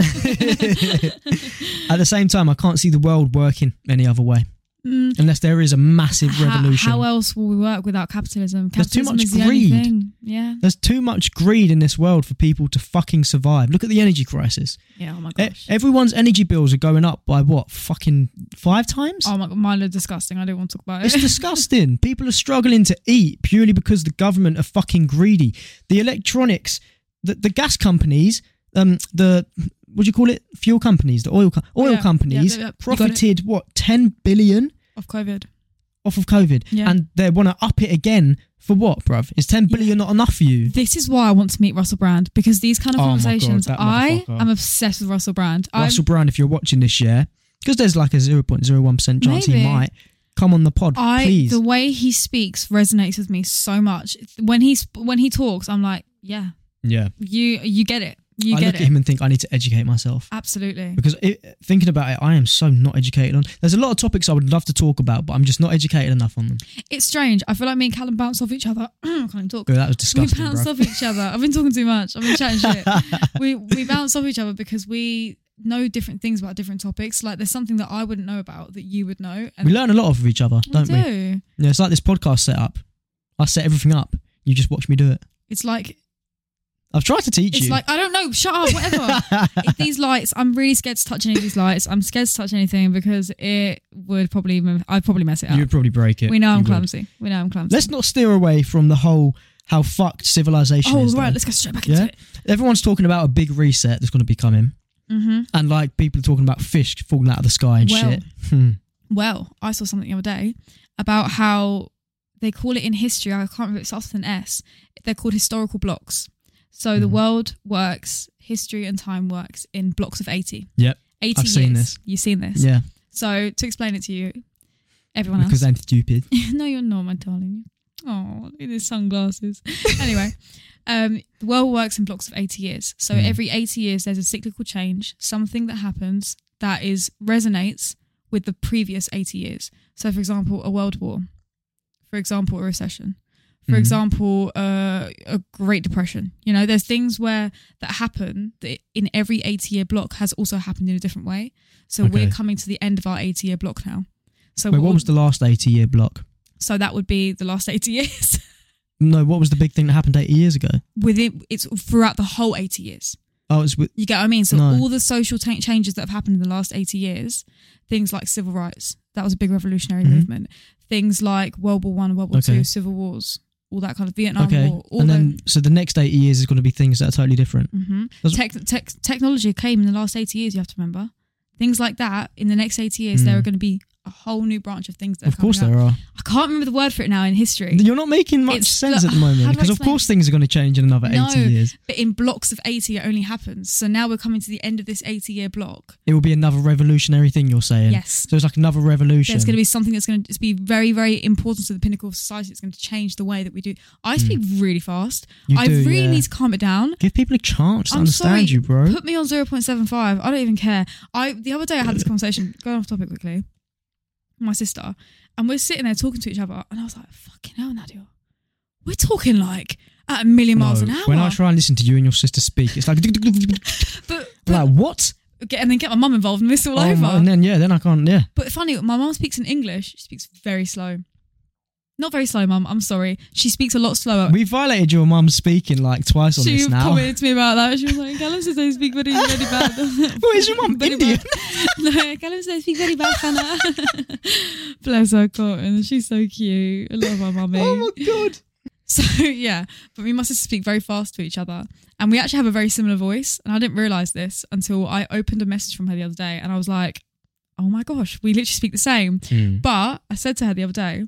at the same time, I can't see the world working any other way
Mm.
unless there is a massive
How-
revolution.
How, else will we work without capitalism?
There's too
Capitalism
much
is the only
greed.
thing. Yeah.
There's too much greed in this world for people to fucking survive. Look at the energy crisis.
Yeah. Oh my
E-
gosh.
everyone's energy bills are going up by what? Fucking five times?
oh my god. Mine are disgusting. I don't want to talk about
It's
it.
disgusting. People are struggling to eat purely because the government are fucking greedy. The electronics, the, the gas companies, um, the what do you call it? Fuel companies, the oil co- oil
Yeah, yeah,
companies
yeah, yeah. You got it.
profited what ten billion
of COVID.
off of COVID,
Yeah.
and they want to up it again for what, bruv? Is ten billion not enough for you?
This is why I want to meet Russell Brand because these kind of
Oh my God,
conversations.
that
I
motherfucker.
am obsessed with Russell Brand.
Russell Brown, if you're watching this, yeah, because there's like a zero point zero one percent chance he
Maybe.
might come on the pod.
I, I
please,
the way he speaks resonates with me so much. When he sp- when he talks, I'm like, yeah,
yeah.
you you get it. You
I
get
look
it.
at him and think I need to educate myself
Absolutely.
because it, thinking about it, I am so not educated on. There's a lot of topics I would love to talk about, but I'm just not educated enough on them.
It's strange. I feel like me and Callum bounce off each other. I can't even talk.
Girl, that was
We
disgusting,
bounce
bro.
off each other. I've been talking too much. I've been chatting shit. we we bounce off each other because we know different things about different topics. Like there's something that I wouldn't know about that you would know, and
we learn a lot off of each other,
we
don't we?
do.
Yeah, it's like this podcast setup. I set everything up. You just watch me do it.
It's like
I've tried to teach
it's
you.
like oh, I don't know. Shut up. Whatever. If these lights, I'm really scared to touch any of these lights. I'm scared to touch anything because it would probably m- I'd probably mess it up.
you would probably break it.
we know
You
I'm
would.
clumsy. We know I'm clumsy.
Let's not steer away from the whole how fucked civilization
oh
is. though.
right, let's go straight back
Yeah?
into it.
Everyone's talking about a big reset that's going to be coming,
Mm-hmm.
and like people are talking about fish falling out of the sky and
Well.
shit. Hmm.
Well, I saw something the other day about how they call it in history, I can't remember, it starts with an S, they're called historical blocks. So the
Mhm.
world works, history and time works in blocks of 80.
Yep.
80
I've
years.
seen this.
You've seen this.
Yeah,
So to explain it to you, everyone
because
else.
I'm stupid.
no, you're not, my darling. Oh, in his sunglasses. anyway, um, the world works in blocks of 80 years. So
Mm.
every 80 years, there's a cyclical change, something that happens that is resonates with the previous 80 years. So, for example, a world war. For example, a recession. For
Mhm.
example, uh, a Great Depression. You know, there's things where that happen that in every 80 year block has also happened in a different way. So
Okay.
we're coming to the end of our 80 year block now. So
Wait,
we're
what
all-
was the last 80 year block?
so that would be the last 80 years.
No, what was the big thing that happened 80 years ago?
Within it's throughout the whole 80 years.
Oh, it's with,
You get what I mean? So
No.
all the social ta changes that have happened in the last 80 years, things like civil rights, that was a big revolutionary
Mhm.
movement. Things like World War One, World War
Okay.
Two, civil wars, all that kind of Vietnam
okay.
War, Um, all
And then, so the next 80 years is going to be things that are totally different.
hmm
Does-
Tech, tech, technology came in the last 80 years, you have to remember. Things like that, in the next 80 years, there
Mm.
are going to be a whole new branch of things that
Of
are coming
course,
up.
there are.
I can't remember the word for it now in history.
You're not making much
It's-
sense
look,
at the moment
how do I
because, of
explain
course, things are going to change in another
No.
80 years.
but in blocks of 80 it only happens so now we're coming to the end of this 80 year block
It will be another revolutionary thing, you're saying?
yes
So it's like another revolution.
there's going to be something that's going to just be very very important to the pinnacle of society it's going to change the way that we do i speak really fast
Hmm. You
i
do,
really
yeah.
need to calm it down
Give people a chance to
I'm
understand
sorry,
you, bro.
put me on 0.75 i don't even care i the other day i had this conversation going off topic quickly with my sister and we're sitting there talking to each other and i was like fucking hell nadia we're talking like at a million miles
No,
an hour
When I try and listen to you and your sister speak, it's like,
but, but
like what?
get- and then get my mum involved and this all
Oh
over
my- and then yeah, then I can't. Yeah,
But funny, my mum speaks in English. She speaks very slow. Not very slow, mum. I'm sorry. She speaks a lot slower.
we violated your mum speaking like twice on
she
this now.
commented to me about that. She was like, Callum says I speak very, very bad.
What is your mum,
Very
Indian?
bad. no, Callum says I speak very bad, Hannah. Bless her cotton. She's so cute. I love my mummy.
Oh my god!
So yeah, but we must have speak very fast to each other, and we actually have a very similar voice. And I didn't realize this until I opened a message from her the other day, and I was like, "Oh my gosh, we literally speak the same."
Hmm.
But I said to her the other day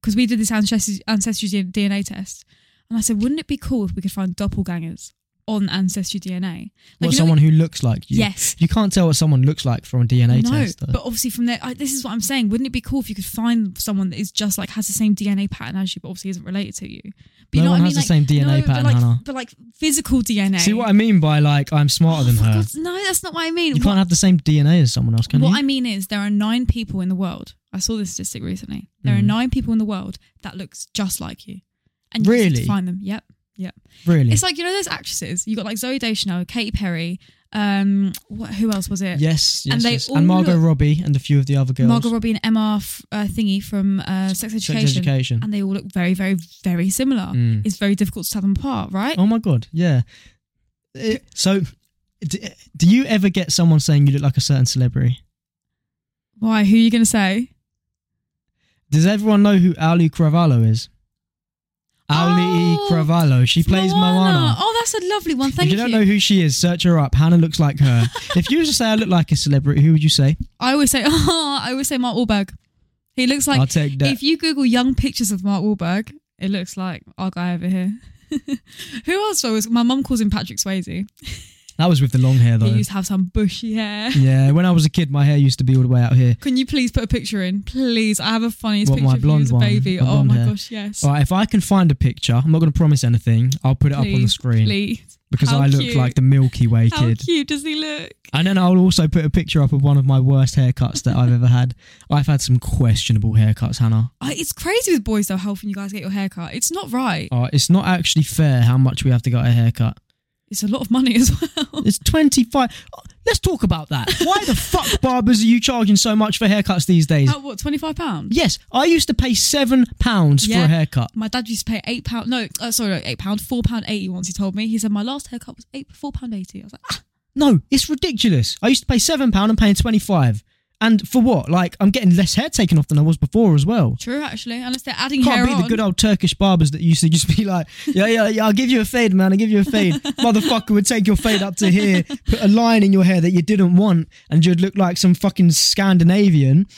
because we did this ancestry ancestry DNA test, and I said, "Wouldn't it be cool if we could find doppelgangers on ancestry DNA?"
What
you know-
someone who looks like you?
yes,
You can't tell what someone looks like from a DNA
no,
test. Though.
but obviously from there, I, this is what I'm saying. Wouldn't it be cool if you could find someone that is just like has the same DNA pattern as you, but obviously isn't related to you? But you
no
know
one
what I
has
mean? Like,
the same DNA
no,
pattern,
but like,
Hannah.
But like physical DNA.
See what I mean by like I'm smarter than
Oh, for
her.
God's- no, that's not what I mean.
You can't have the same DNA as someone else, can
what
you?
I mean is there are nine people in the world. I saw this statistic recently. There are
Mhm.
nine people in the world that looks just like you. And you just need to
Really?
find them. Yep. Yep.
really?
It's like, you know, those actresses. You got like Zoe Deschanel, Katy Perry, um, what, who else was it?
Yes, yes,
And
and,
they
yes.
all
and Margot
look-
Robbie and a few of the other girls.
Margot Robbie and Emma F- uh, Thingy from uh, Sex
Sex
Education.
education.
And they all look very, very, very similar.
Mm.
It's very difficult to tell them apart, right?
Oh my god, yeah. It- so, do, do you ever get someone saying you look like a certain celebrity?
Why? Who are you going to say?
Does everyone know who Ali Cravalho is? Ali
Oh,
Cravalho. She plays Moana.
Oh, that's a lovely one. Thank
if you
you.
don't know who she is, search her up. Hannah looks like her. if you were to say I look like a celebrity, who would you say?
I always say, oh, I always say Mark Wahlberg. He looks like
I'll take that.
If you Google young pictures of Mark Wahlberg, it looks like our guy over here. Who else was? My mum calls him Patrick Swayze.
that was with the long hair though.
He used to have some bushy hair.
yeah, when I was a kid, my hair used to be all the way out here.
Can you please put a picture in? Please, I have a funniest
What,
picture
my
of you as a
blonde one?
baby.
My
oh
blonde
my
hair?
gosh, yes.
All right, if I can find a picture, I'm not going to promise anything. I'll put it up on the
Please,
screen.
Please.
because
How
I look
cute.
like the Milky Way
How
kid.
cute does he look?
And then I'll also put a picture up of one of my worst haircuts that I've ever had. I've had some questionable haircuts, Hannah.
I, it's crazy with boys though, helping you guys get your hair cut. It's not right.
Uh, it's not actually fair how much we have to get a haircut.
It's a lot of money as well.
It's 25. Oh, Let's talk about that. Why the fuck, barbers, are you charging so much for haircuts these days?
About what, twenty five pounds?
Yes, I used to pay seven pounds for
Yeah.
a haircut.
My dad used to pay eight pound. No, uh, sorry, no, eight pound, four pound eighty. Once he told me, he said my last haircut was eight four pound eighty. I was like, ah,
No, it's ridiculous. I used to pay seven pound. I'm paying twenty five, and for what? Like I'm getting less hair taken off than I was before as well.
true actually. Unless they're adding hair
Can't be
on.
the good old Turkish barbers that used to just be like, yeah, yeah, yeah, I'll give you a fade, man. I'll give you a fade. Motherfucker would take your fade up to here, put a line in your hair that you didn't want, and you'd look like some fucking Scandinavian.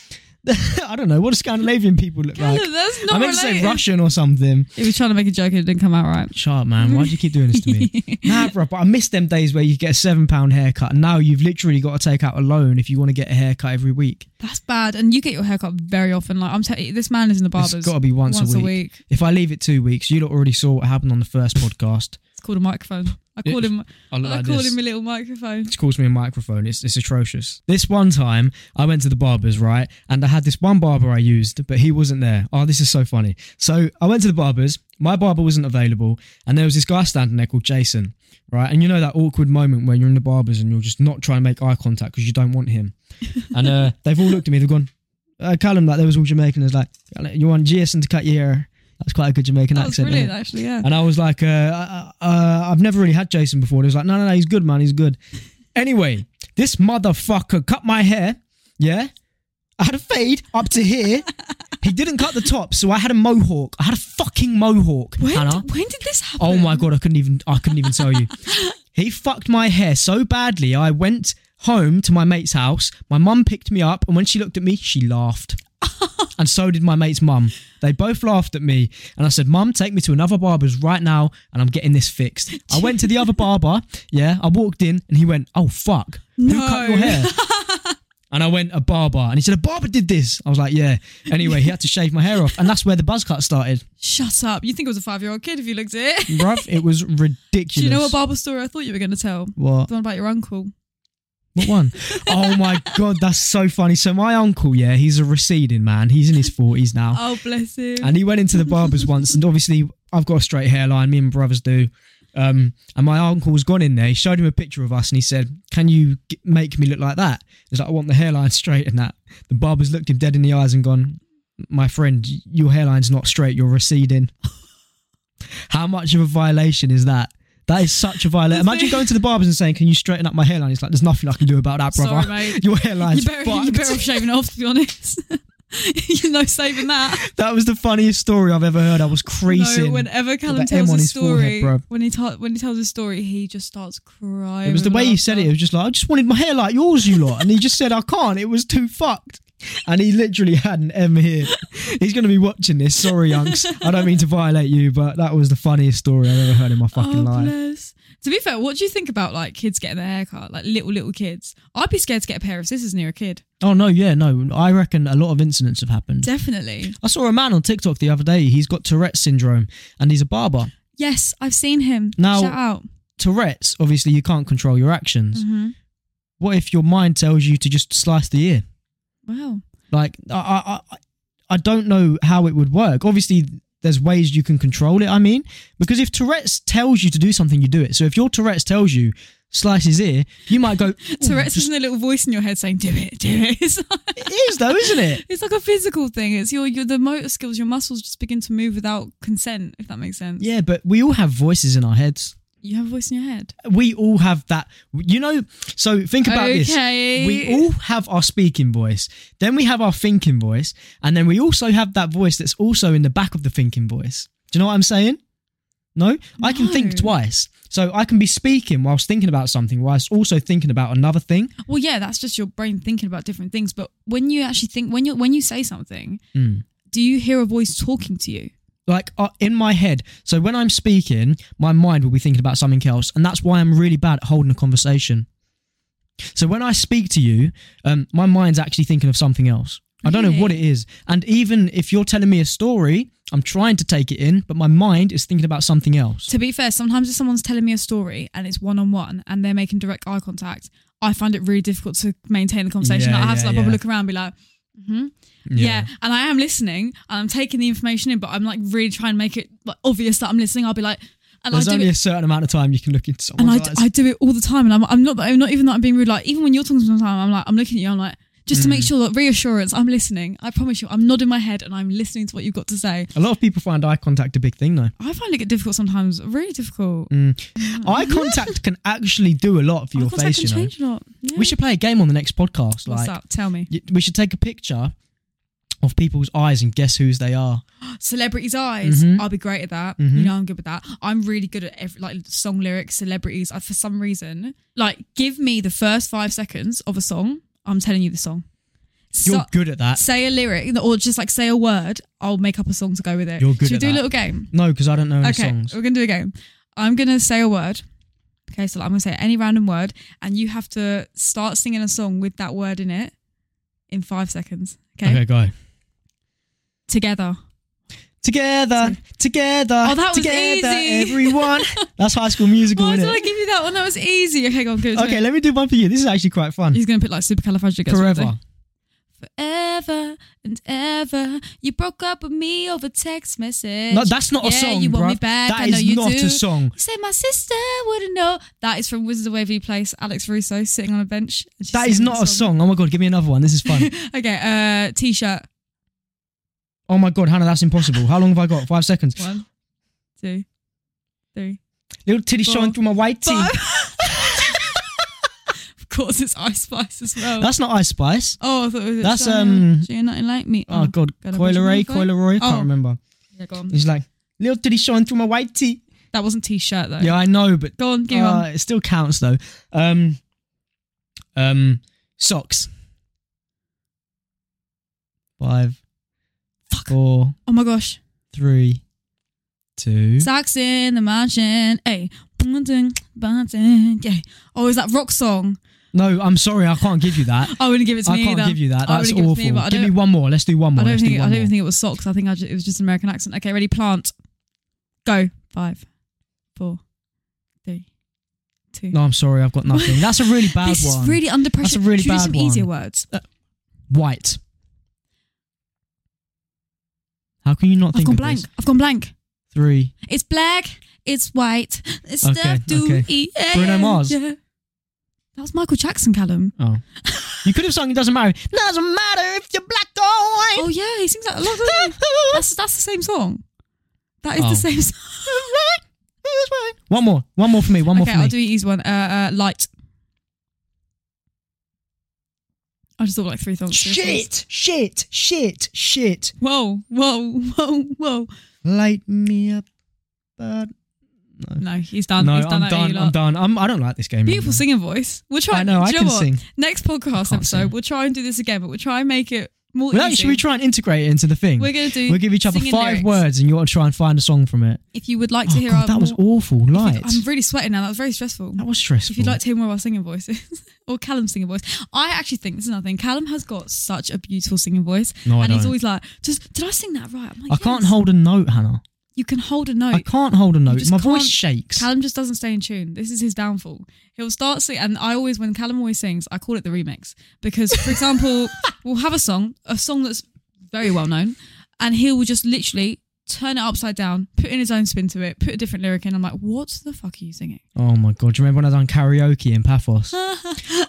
I don't know. What do Scandinavian people look like?
Callum, that's not
I meant to say
related.
Russian or something.
He was trying to make a joke and it didn't come out right.
Sharp man, why'd you keep doing this to me? nah, bro, but I miss them days where you get a seven pound haircut, and now you've literally got to take out a loan if you want to get a haircut every week.
That's bad. And you get your haircut very often. Like I'm telling you, this man is in the barbers.
it's got to be once, a, week. If I leave it two weeks, you lot already saw what happened on the first podcast.
It's called a microphone. I called him.
I look
I
like
called
this.
him a little microphone.
She calls me a microphone. It's, it's atrocious. This one time, I went to the barber's, right? And I had this one barber I used, but he wasn't there. Oh, this is so funny. So I went to the barber's. My barber wasn't available. And there was this guy standing there called Jason, right? And you know that awkward moment where you're in the barber's and you're just not trying to make eye contact because you don't want him. And uh, they've all looked at me. They've gone, uh, Callum, like, they was all Jamaican. It's like, you want Jason to cut your hair? That's quite a good Jamaican
That was
accent.
brilliant,
innit?
actually. Yeah.
And I was like, uh, uh, uh, I've never really had Jason before. And he was like, no, no, no, he's good, man. He's good. Anyway, this motherfucker cut my hair. Yeah. I had a fade up to here. he didn't cut the top, so I had a mohawk. I had a fucking mohawk.
When,
Hannah.
when did this happen?
Oh my god, I couldn't even I couldn't even tell you. He fucked my hair so badly. I went home to my mate's house. My mum picked me up, and when she looked at me, she laughed. and so did my mate's mum. They both laughed at me, and I said, "Mum, take me to another barber's right now, and I'm getting this fixed." I went to the other barber. Yeah, I walked in, and he went, "Oh fuck, who cut your
No.
hair?" And I went a barber, and he said a barber did this. I was like, yeah. Anyway, he had to shave my hair off, and that's where the buzz cut started,
Shut up. You think it was a five year old kid if you looked at it.
bruv. It was ridiculous.
Do you know what Bible story I thought you were going to tell?
What?
The one about your uncle.
What one? oh my god, that's so funny. So my uncle, yeah, he's a receding man. He's in his forties now,
Oh, bless him.
and he went into the barbers once, and obviously I've got a straight hairline. Me and my brothers do. Um, and my uncle was gone in there. He showed him a picture of us, and he said, "Can you g- make me look like that?" He's like, "I want the hairline straight." And that the barbers looked him dead in the eyes and gone, "My friend, y- your hairline's not straight. You're receding." How much of a violation is that? That is such a violation. Imagine going to the barbers and saying, "Can you straighten up my hairline?" He's like, "There's nothing I can do about that, brother."
Sorry, mate.
Your
You
hairline's
better,
fucked.
you better off shaving it off, to be honest. You're no saving that.
That was the funniest story I've ever heard. I was creasing.
No, whenever Callum
that M
tells
on
a
his
story,
forehead, bruv.
when he ta- when he tells a story, he just starts crying.
it was the
with
way he said it. It
laughter.
was just like, I just wanted my hair like yours, you lot. And he just said, I can't. It was too fucked. And he literally had an M here. He's going to be watching this. Sorry, Unks. I don't mean to violate you, but that was the funniest story I've ever heard in my fucking
oh,
life.
Bless. To be fair, what do you think about like kids getting their haircut? Like little little kids, I'd be scared to get a pair of scissors near a kid.
Oh, no, yeah, no. I reckon a lot of incidents have happened.
Definitely.
I saw a man on TikTok the other day. He's got Tourette's syndrome and he's a barber.
Yes, I've seen him.
Now-
Shout out.
Tourette's, obviously, you can't control your actions.
Mm-hmm.
What if your mind tells you to just slice the ear?
Wow.
Like I- I, I, I don't know how it would work. Obviously, there's ways you can control it. I mean, because if Tourette's tells you to do something, you do it. So if your Tourette's tells you slice his ear, you might go. "Ooh,
Tourette's
just-
isn't a little voice in your head saying, "Do it, do it." It's like,
it is though, isn't it?
it's like a physical thing. It's your your the motor skills, your muscles just begin to move without consent. If that makes sense.
Yeah, but we all have voices in our heads.
You have a voice in your head.
We all have that. You know. So think about this.
okay.
We all have our speaking voice, then we have our thinking voice, and then we also have that voice that's also in the back of the thinking voice. Do you know what I'm saying? No, I can think
No.
twice. So I can be speaking whilst thinking about something, whilst also thinking about another thing.
Well, yeah, that's just your brain thinking about different things. But when you actually think, when you when you say something,
Mm.
do you hear a voice talking to you?
Like uh, in my head. So when I'm speaking, my mind will be thinking about something else. And that's why I'm really bad at holding a conversation. So when I speak to you, um, my mind's actually thinking of something else. I don't know what it is. And even if you're telling me a story, I'm trying to take it in, but my mind is thinking about something else.
To be fair, sometimes if someone's telling me a story and it's one on one and they're making direct eye contact, I find it really difficult to maintain the conversation.
Yeah,
Like, I have to
yeah,
like probably
yeah.
look around, and be like, hmm yeah. And I am listening and I'm taking the information in, but I'm like really trying to make it like obvious that I'm listening. I'll be like, and
There's
I do
only
it,
a certain amount of time you can look into
and I,
someone's
d-
eyes.
I do it all the time. And I'm, I'm not I'm not even that I'm being rude. Like even when you're talking sometimes, I'm like I'm looking at you. I'm like just to make
Mm.
sure that reassurance, I'm listening. I promise you, I'm nodding my head and I'm listening to what you've got to say.
a lot of people find eye contact a big thing, though.
I find it get difficult sometimes, really difficult. Oh
Eye contact can actually do a lot for Mm,
Eye
your face,
contact can
you know.
change a lot. Yeah.
We should play a game on the next podcast. Like,
What's up? Tell me.
y- we should take a picture of people's eyes and guess whose they are.
Celebrities' eyes.
Mhm.
I'll be great at that.
Mhm.
You know, I'm good with that. I'm really good at every like song lyrics, celebrities. I, for some reason, like, give me the first five seconds of a song. I'm telling you the song.
You're
So-
good at that.
say a lyric or just like say a word. I'll make up a song to go with it.
You're good
Should we
at that.
do a little game?
No, because I don't know any
okay,
songs.
we're gonna do a game. I'm gonna say a word. Okay, so I'm gonna say any random word, and you have to start singing a song with that word in it in five seconds. Okay,
go.
together.
Together, together,
Oh, that was
together,
easy.
everyone. That's High School Musical,
Why
is
did I give you that one? That was easy. Okay, go on, good.
Okay, let me do one for you. This is actually quite fun.
He's gonna put like supercalifragilistic
Forever.
forever and ever. You broke up with me over text message.
No, that's not a
Yeah,
song,
you want me
bruv.
back,
That
I know
is
you
not
do.
a song.
You say my sister wouldn't know. That is from Wizards of Waverly Place. Alex Russo sitting on a bench. and she's
That is
singing
not
that
a song. Oh my god, give me another one. This is fun.
okay, uh, t-shirt.
oh my god, Hannah, that's impossible. How long have I got? Five seconds.
One, two, three.
Little titty
Four.
showing through my white teeth.
Five. of course, it's Ice Spice as well.
That's not Ice Spice.
oh, I thought it was.
that's,
Shania.
um,
Shania nothing like me.
Oh god,
God, I
Coileray,
wish I knew
Coileroy. I can't
Oh.
remember.
yeah, go on.
He's like little titty showing through my white teeth.
That wasn't t-shirt though.
Yeah, I know, but
Go on, give me
uh,
one.
it still counts though. Um, um, socks. Five,
Fuck.
four,
Oh my gosh.
three, two.
Socks in the mansion. Hey. Yeah. Oh, is that rock song?
No, I'm sorry, I can't give you that.
I wouldn't give it to
I
me
can't
either.
give you that.
I
That's
wouldn't give
awful.
it to me, but I
give
don't-
me one more. Let's do one more.
I don't
Let's
think
do
I
one
don't
more.
think it was socks. I think I ju- it was just an American accent. Okay, ready? Plant. Go. Five, four, three, two.
No, I'm sorry, I've got nothing. That's a really bad
this
one.
is really under pressure.
a really
Should we do
bad
some
one.
easier words.
White. How can you not
I've
think
gone
of
blank.
this?
I've gone blank.
Three.
It's black. It's white. It's
Okay,
stuff to
okay.
eat.
Bruno Mars.
Yeah. That was Michael Jackson, Callum.
Oh, you could have sung. It doesn't matter. Doesn't matter if you're black or white.
Oh yeah, he sings that a lot. doesn't he? that's that's the same song. That is
Oh.
the same song.
One more. One more for me. One more
okay,
for me.
I'll do an easy one. Uh, uh, light. I just thought like three songs. three
shit,
songs.
shit, shit, shit.
Whoa, whoa, whoa, whoa.
Light me up. But
No, he's done.
no,
he's done
I'm
that to you
done. I'm
lot.
done. I'm, I don't like this game.
Beautiful
anymore.
singing voice. We'll try.
I know.
do
I
you
can
what?
sing.
Next podcast
can't
episode,
sing.
we'll try and do this again, but we'll try and make it more
Well, no,
easy.
should we try and integrate it into the thing?
We're gonna do.
We'll give each other
singing
five
lyrics.
words, and you ought to try and find a song from it.
If you would like to
Oh
hear
god,
our,
that was
more-
awful. Light.
I'm really sweating now. That was very stressful.
that was stressful.
If you'd like to hear more of our singing voices or Callum's singing voice, I actually think this is another thing. Callum has got such a beautiful singing voice,
no, I
and
don't.
he's always like, "Just did I sing that right?" I'm like,
I can't
"Yes."
hold a note, Hannah.
You can hold a note.
I can't hold a note.
just
My voice
can't-
shakes.
Callum just doesn't stay in tune. This is his downfall. He'll start singing, and I always, when Callum always sings, I call it the remix because, for example, we'll have a song, a song that's very well known, and he will just literally turn it upside down, put in his own spin to it, put a different lyric in. I'm like, what the fuck are you singing?
Oh my god! Do you remember when I done karaoke in Paphos?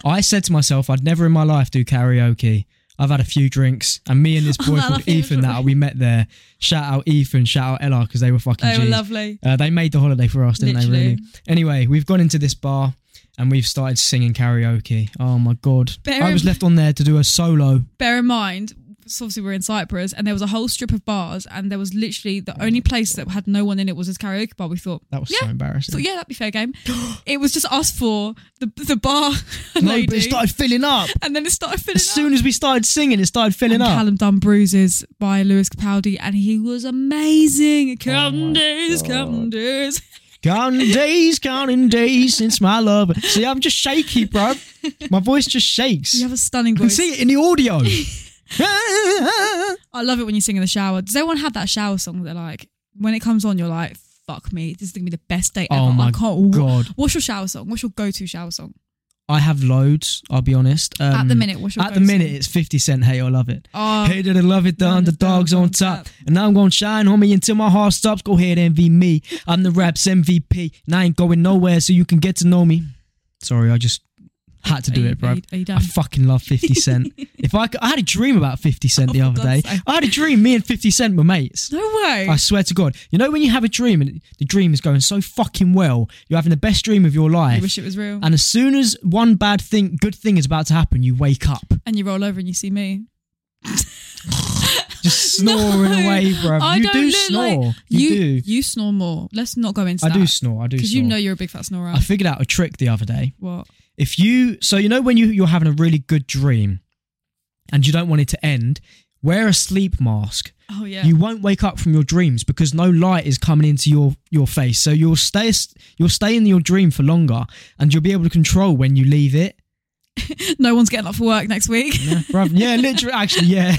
I said to myself, I'd never in my life do karaoke. I've had a few drinks, and me and this boy
man, I
called
feel
Ethan
sorry.
that we met there. Shout out Ethan, shout out Ella because they were fucking.
They were
G's.
lovely.
Uh, they made the holiday for us, didn't
Literally.
they? Really. Anyway, we've gone into this bar and we've started singing karaoke. Oh my god!
Bear
I
in-
was left on there to do a solo.
Bear in mind, so obviously we're in Cyprus, and there was a whole strip of bars, and there was literally the
Oh
only place that had no one in it was this karaoke bar. We thought.
That was so
Yeah.
embarrassing.
So yeah, that'd be fair game. It was just us four, the the bar
no,
lady,
but it started filling up.
and then it started filling
As
up.
soon as we started singing, it started filling
and
up.
Callum Dunn Bruises by Lewis Capaldi, and he was
Oh
amazing. Counting days, counting days.
Counting days, counting days since my love. See, I'm just shaky, bro. My voice just shakes.
You have a stunning
I can
voice.
see it in the audio.
I love it when you sing in the shower. Does anyone have that shower song that like when it comes on, you're like, fuck me, this is gonna be the best day ever.
Oh my
I can't. wa-
God,
What's your shower song? What's your go-to shower song?
I have loads. I'll be honest. Um,
at the minute, what's your
at the
go-to?
minute, it's Fifty Cent. Hey, I love it.
Oh,
Hey, did I love it? The
Underdog
underdog's
on
on top.
top.
And I'm going to shine, homie, until my heart stops. Go ahead, envy me. I'm the rap's MVP. And I ain't going nowhere, so you can get to know me. Sorry, I just had to
are
do
you-
it, bro.
Are you, are you
I
done?
fucking love 50 Cent. if I, could, I had a dream about 50 Cent the
Oh,
other
for
day.
God's sake.
I had a dream, me and 50 Cent were mates.
no way.
I swear to God. You know when you have a dream and the dream is going so fucking well, you're having the best dream of your
I
life.
wish it was real.
and as soon as one bad thing, good thing is about to happen, you wake up.
And you roll over and you see me.
Just snoring
No,
away, bro.
I
you
don't
do
look
snore.
like-
you, do.
you snore more. Let's not go into
I
that.
do snore. I do
Because
snore.
you know you're a big fat snorer.
I figured out a trick the other day.
what?
If you, so you know when you you're having a really good dream, and you don't want it to end, wear a sleep mask.
Oh yeah.
You won't wake up from your dreams because no light is coming into your your face. So you'll stay you'll stay in your dream for longer, and you'll be able to control when you leave it.
no one's getting up for work next week.
Yeah, bruv. yeah literally, actually, yeah.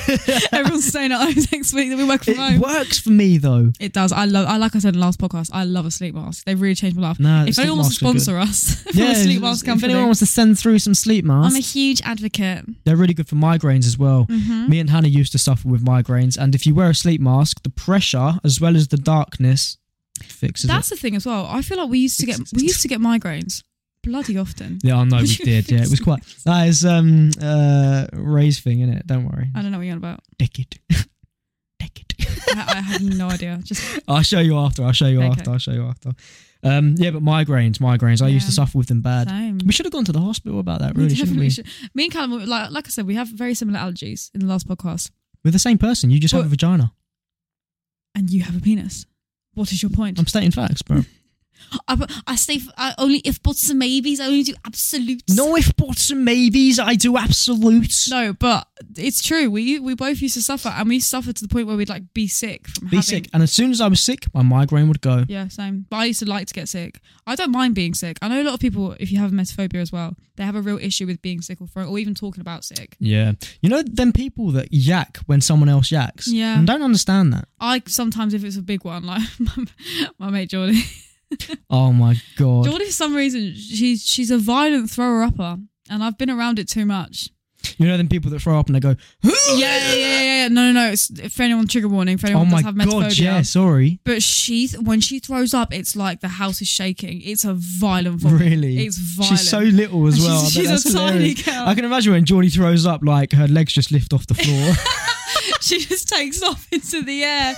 Everyone's staying at home next week. That we work from
it
home.
works for me though.
It does. I love. I like I said in the last podcast. I love a sleep mask. They really changed my life.
No,
if anyone wants to sponsor us from a sleep mask
if
company,
anyone wants to send through some sleep masks,
I'm a huge advocate.
They're really good for migraines as well.
Mhm.
Me and Hannah used to suffer with migraines, and if you wear a sleep mask, the pressure as well as the darkness fixes
That's the thing as well. I feel like we used to get we used to get migraines bloody often.
it. Yeah, I know we did. Yeah, it was quite. That is um uh Ray's thing, isn't it? Don't worry.
I don't know what you're on about.
Dick it. Dick it.
I, I have no idea. Just
I'll show you after. I'll show you
Okay.
after. I'll show you after. Um, yeah, but migraines, migraines. I used to
Yeah.
suffer with them bad.
same.
We should have gone to the hospital about that, really, shouldn't
definitely
we?
should. Me and Callum, we- like, like I said, we have very similar allergies in the last podcast,
We're the same person. You just have
But-
a vagina.
and you have a penis. What is your point?
I'm stating facts, bro.
I, I stay for, I only if buts and maybes. I only do absolutes.
no if buts and maybes. I do absolutes.
no, but it's true. We we both used to suffer, and we suffered to the point where we'd like be sick from
be
having,
sick. And as soon as I was sick, my migraine would go.
Yeah, same. But I used to like to get sick. I don't mind being sick. I know a lot of people, if you have emetophobia as well, they have a real issue with being sick or throwing, or even talking about sick.
Yeah. You know them people that yak when someone else yaks?
Yeah.
I don't understand that.
I sometimes, if it's a big one, like my, my mate Jordy,
Oh my god.
Jordy for some reason she's she's a violent thrower upper, and I've been around it too much.
You know them people that throw up and they go,
Yeah, yeah, yeah, yeah. yeah. No, no, no. It's for anyone. Trigger warning for
Oh
anyone who
my
does have emetophobia.
god, yeah, sorry.
But she, when she throws up, it's like the house is shaking. It's a violent vomit.
Really?
It's violent.
She's so little as
And
well. I bet
She's,
that's
she's a tiny
hilarious.
girl.
I can imagine when Geordie throws up, like her legs just lift off the floor.
she just takes off into the air.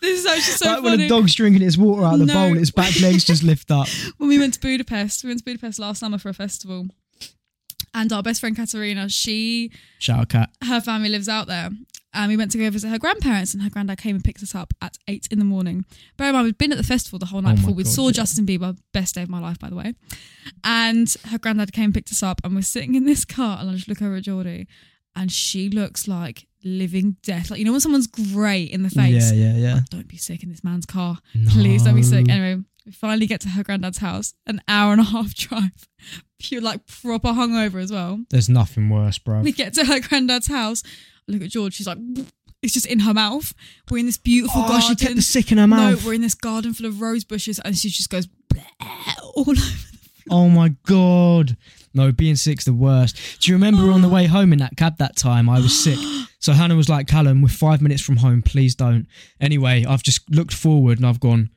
This is actually so
like when
funny.
a
When,
dog's drinking its water out of the
No.
bowl, its back legs just lift up.
we went to Budapest, we went to Budapest last summer for a festival. And our best friend Katerina, she
Shout out, cat.
her family lives out there. And we went to go visit her grandparents, and her granddad came and picked us up at eight in the morning. Bear in mind, we'd been at the festival the whole night
Oh my
before. We
God,
saw
yeah.
Justin Bieber, best day of my life, by the way. And her granddad came and picked us up, and we're sitting in this car, and I just look over at Geordie, and she looks like living death. Like, you know, when someone's grey in the face,
Yeah, yeah, yeah.
don't be sick in this man's car.
No.
Please don't be sick. Anyway, we finally get to her granddad's house, an hour and a half drive. Pure like proper hungover as well.
There's nothing worse, bro.
We get to her granddad's house. I look at George, she's like, it's just in her mouth. We're in this beautiful
oh, she
garden.
kept the sick in her mouth.
No, we're in this garden full of rose bushes, and she just goes "Bleh," all over.
Oh my god. No, being sick's the worst. Do you remember
Oh.
on the way home in that cab that time I was sick? So Hannah was like, Callum, we're five minutes from home, please don't. Anyway, I've just looked forward and I've gone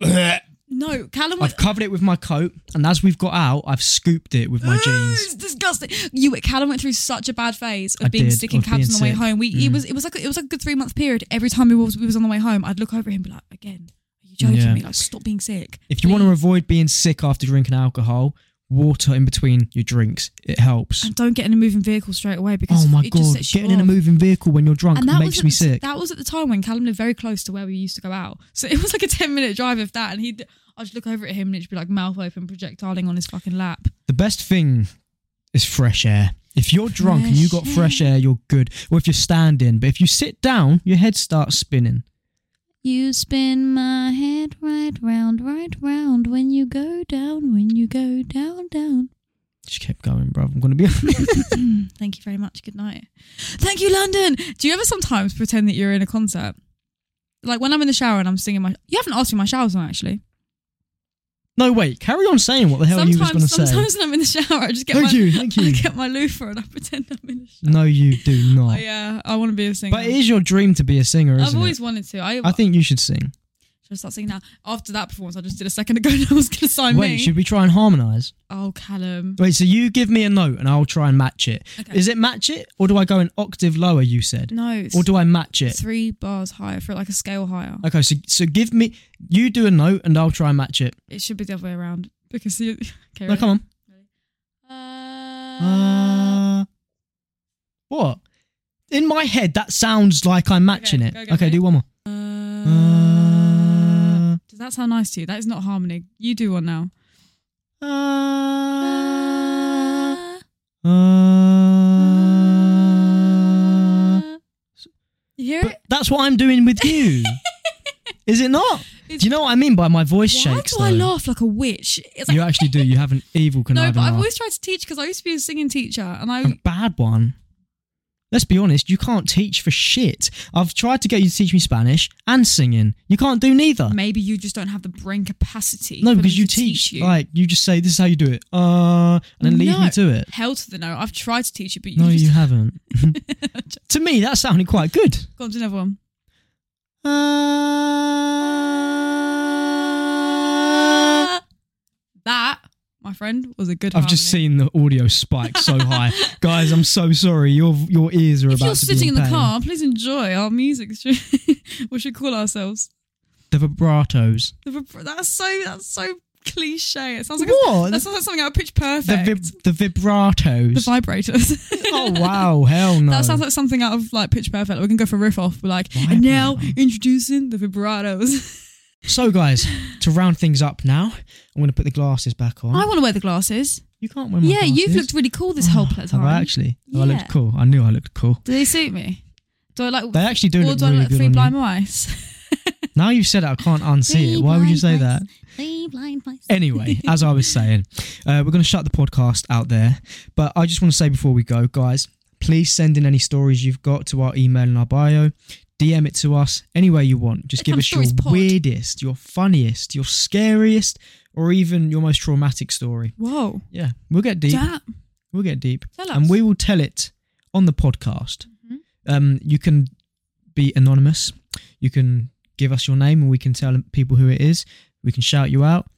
No, Callum went.
I've covered it with my coat, and as we've got out, I've scooped it with my
"Ugh,
jeans.
It's disgusting. You, Callum went through such a bad phase of
I
being
did,
sick in
of
cabs
being
on the way
sick. Mm.
home. We it was it was like it was like a good three month period. Every time we was we was on the way home, I'd look over at him and be like, again, are you joking
Yeah.
me? Like, stop being sick.
If you want to avoid being sick after drinking alcohol, water in between your drinks. It helps.
And don't get in a moving vehicle straight away because
Oh my
it just
god,
sets you
getting in a
off.
moving vehicle when you're drunk
And that was
makes
at
me
the-
sick.
That was at the time when Callum lived very close to where we used to go out, so it was like a ten minute drive of that. And he, would I'd just look over at him and it'd be like mouth open, projectiling on his fucking lap.
The best thing is fresh air. If you're drunk and you got
Fresh
fresh air, you're good. Or if you're standing, but if you sit down, your head starts spinning.
You spin my head right round, right round when you go down, when you go down, down.
Just kept going, bro. I'm gonna be honest.
Thank you very much. Good night. Thank you, London. Do you ever sometimes pretend that you're in a concert? Like when I'm in the shower and I'm singing my. You haven't asked me my shower song actually.
no, wait. Carry on saying what the hell you was gonna
sometimes,
say.
sometimes when I'm in the shower, I just get
Thank
my.
you, thank
I
you.
get my loofah and I pretend I'm in the shower.
No, you do
Oh,
not.
yeah, I want to be a singer.
But it is your dream to be a singer, isn't
I've always
it?
wanted to. I,
I think you should sing.
should I start singing now. After that performance, I just did a second ago. No one's gonna sign
Wait,
me.
should we try and harmonise?
oh, Callum.
Wait, so you give me a note and I'll try and match it. Is
Okay.
it match it or do I go an octave lower, you said?
no, it's
Or do I match it?
three bars higher for like a scale higher.
Okay, so so give me you do a note and I'll try and match it.
It should be the other way around because you. Okay,
No,
ready?
come on.
Uh,
Uh, what? In my head, that sounds like I'm matching
Okay,
it.
go again,
okay,
ready?
do one more.
uh, does that sound nice to you? That is not harmony. You do one now.
Uh, uh, uh,
you hear
but
it?
that's what I'm doing with you. Is it not?
It's-
do you know what I mean by my voice
Why
shakes?
do I
though?
laugh like a witch? It's like,
You actually do. You have an Um, evil
no,
conniving
but I've
laugh.
always tried to teach because I used to be a singing teacher and I.
a bad one. Let's be honest, you can't teach for shit. I've tried to get you to teach me Spanish and singing. You can't do neither.
Maybe you just don't have the brain capacity.
uh, No,
for
because
me
you
to
teach,
you.
like you just say this is how you do it, uh, and then leave
No.
me to it.
Hell to the no. I've tried to teach you, but you
No,
just
you haven't. to me, that sounded quite good.
gone to another one.
Uh,
That, my friend, was a good.
I've just
harmony.
seen the audio spike so high, guys. I'm so sorry. Your your ears are
If
about
you're
to
sitting
be in,
in the
pain.
car, please enjoy our music. we should call ourselves.
The vibratos.
The vib- That's so. That's so cliche. It sounds like
What?
A, that sounds like something out of Pitch
The,
Perfect.
vib- the vibratos.
The vibrators.
oh wow! Hell no.
That sounds like something out of like Pitch Perfect. We can go for riff off. We're like,
Vibrato.
and now introducing the vibratos.
So, guys, to round things up now, I'm going to put the glasses back on.
I want to wear the glasses.
you can't wear Oh my
yeah, you've
glasses.
looked really cool this whole
Oh,
pl- time.
Have I actually? Have I
Yeah.
looked cool. I knew I looked cool.
Do they suit me? Do I like?
They actually do
Or
look
do I
really
like
good
three
on you.
blind mice?
Now you've said it, I can't unsee
Three
it. Why would you
blind
say
mice.
that?
Three blind mice.
Anyway, as I was saying, uh, we're going to shut the podcast out there. But I just want to say before we go, guys, please send in any stories you've got to our email in our bio. DM it to us any way you want. Just give
Become
us your
Stories Pod.
weirdest, your funniest, your scariest, or even your most traumatic story.
Whoa.
Yeah, we'll get deep.
Damn.
We'll get deep.
Tell us.
And we will tell it on the podcast.
Mhm.
Um, you can be anonymous. You can give us your name and we can tell people who it is. We can shout you out.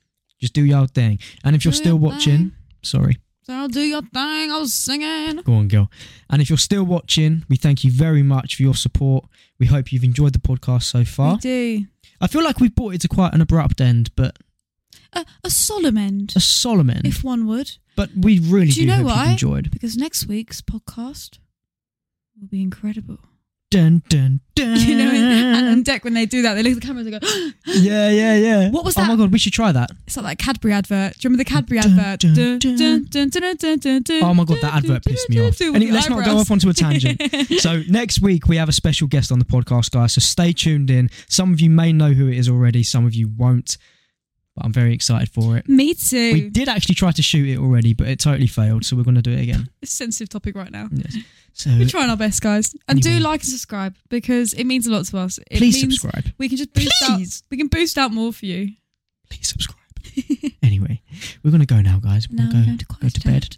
Just do your thing. And if you're
Do
still
your
watching,
thing.
sorry,
So I'll do your thing. I was singing.
go on, girl. And if you're still watching, we thank you very much for your support. We hope you've enjoyed the podcast so
We
far.
do.
I feel like we've brought it to quite an abrupt end, but
A, a solemn end,
a solemn end.
if one would,
but we really
Do
do,
you know
hope
why?
you've enjoyed.
because next week's podcast will be incredible.
Dun, dun, dun.
You know, and, and Deck, when they do that, they look at the cameras and go,
yeah, yeah, yeah.
What was
Oh
that?
my god, we should try that.
it's like that Cadbury advert. Do you remember the Cadbury
Dun,
advert?
dun,
Dun,
dun.
dun, dun, dun, dun, dun, dun,
Oh my god, that
dun,
advert
dun,
pissed
dun,
me off.
dun, with
Anyway,
the
let's not go
eyebrows.
off onto a tangent. so next week we have a special guest on the podcast, guys. So stay tuned in. Some of you may know who it is already, some of you won't. But I'm very excited for it.
Me
We
too.
did actually try to shoot it already, but it totally failed. So we're going to do it again.
It's a sensitive topic right now.
Yes. So
We're trying our best, guys. And do
Anyway.
like and subscribe because it means a lot to us. It
please
means
subscribe.
We can just boost
Please.
out. We can boost out more for you.
Please subscribe. anyway, we're going to go now, guys. We're
Now
going
we're
to
going
go.
to
go
quiet
to bed.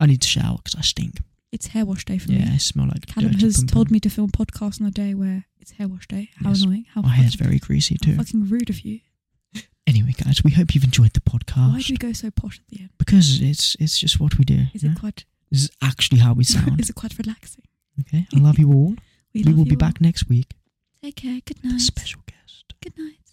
I need to shower because I stink.
It's hair wash day for
Yeah,
me.
I smell like.
Callum
dirty
has
pum-pum.
told me to film podcast on a day where it's hair wash day. How
Yes.
annoying. How
My hair's
fucking-
very greasy
how
too.
fucking rude of you.
Anyway, guys, we hope you've enjoyed the podcast.
Why do we go so posh at the end?
Because it's it's just what we do.
Is
you know?
it quite
This is actually how we sound.
is it quite relaxing?
okay, I love you all. We
love
will be
you all.
back next week.
Take care. Good
with a
night.
Special guest.
Good night.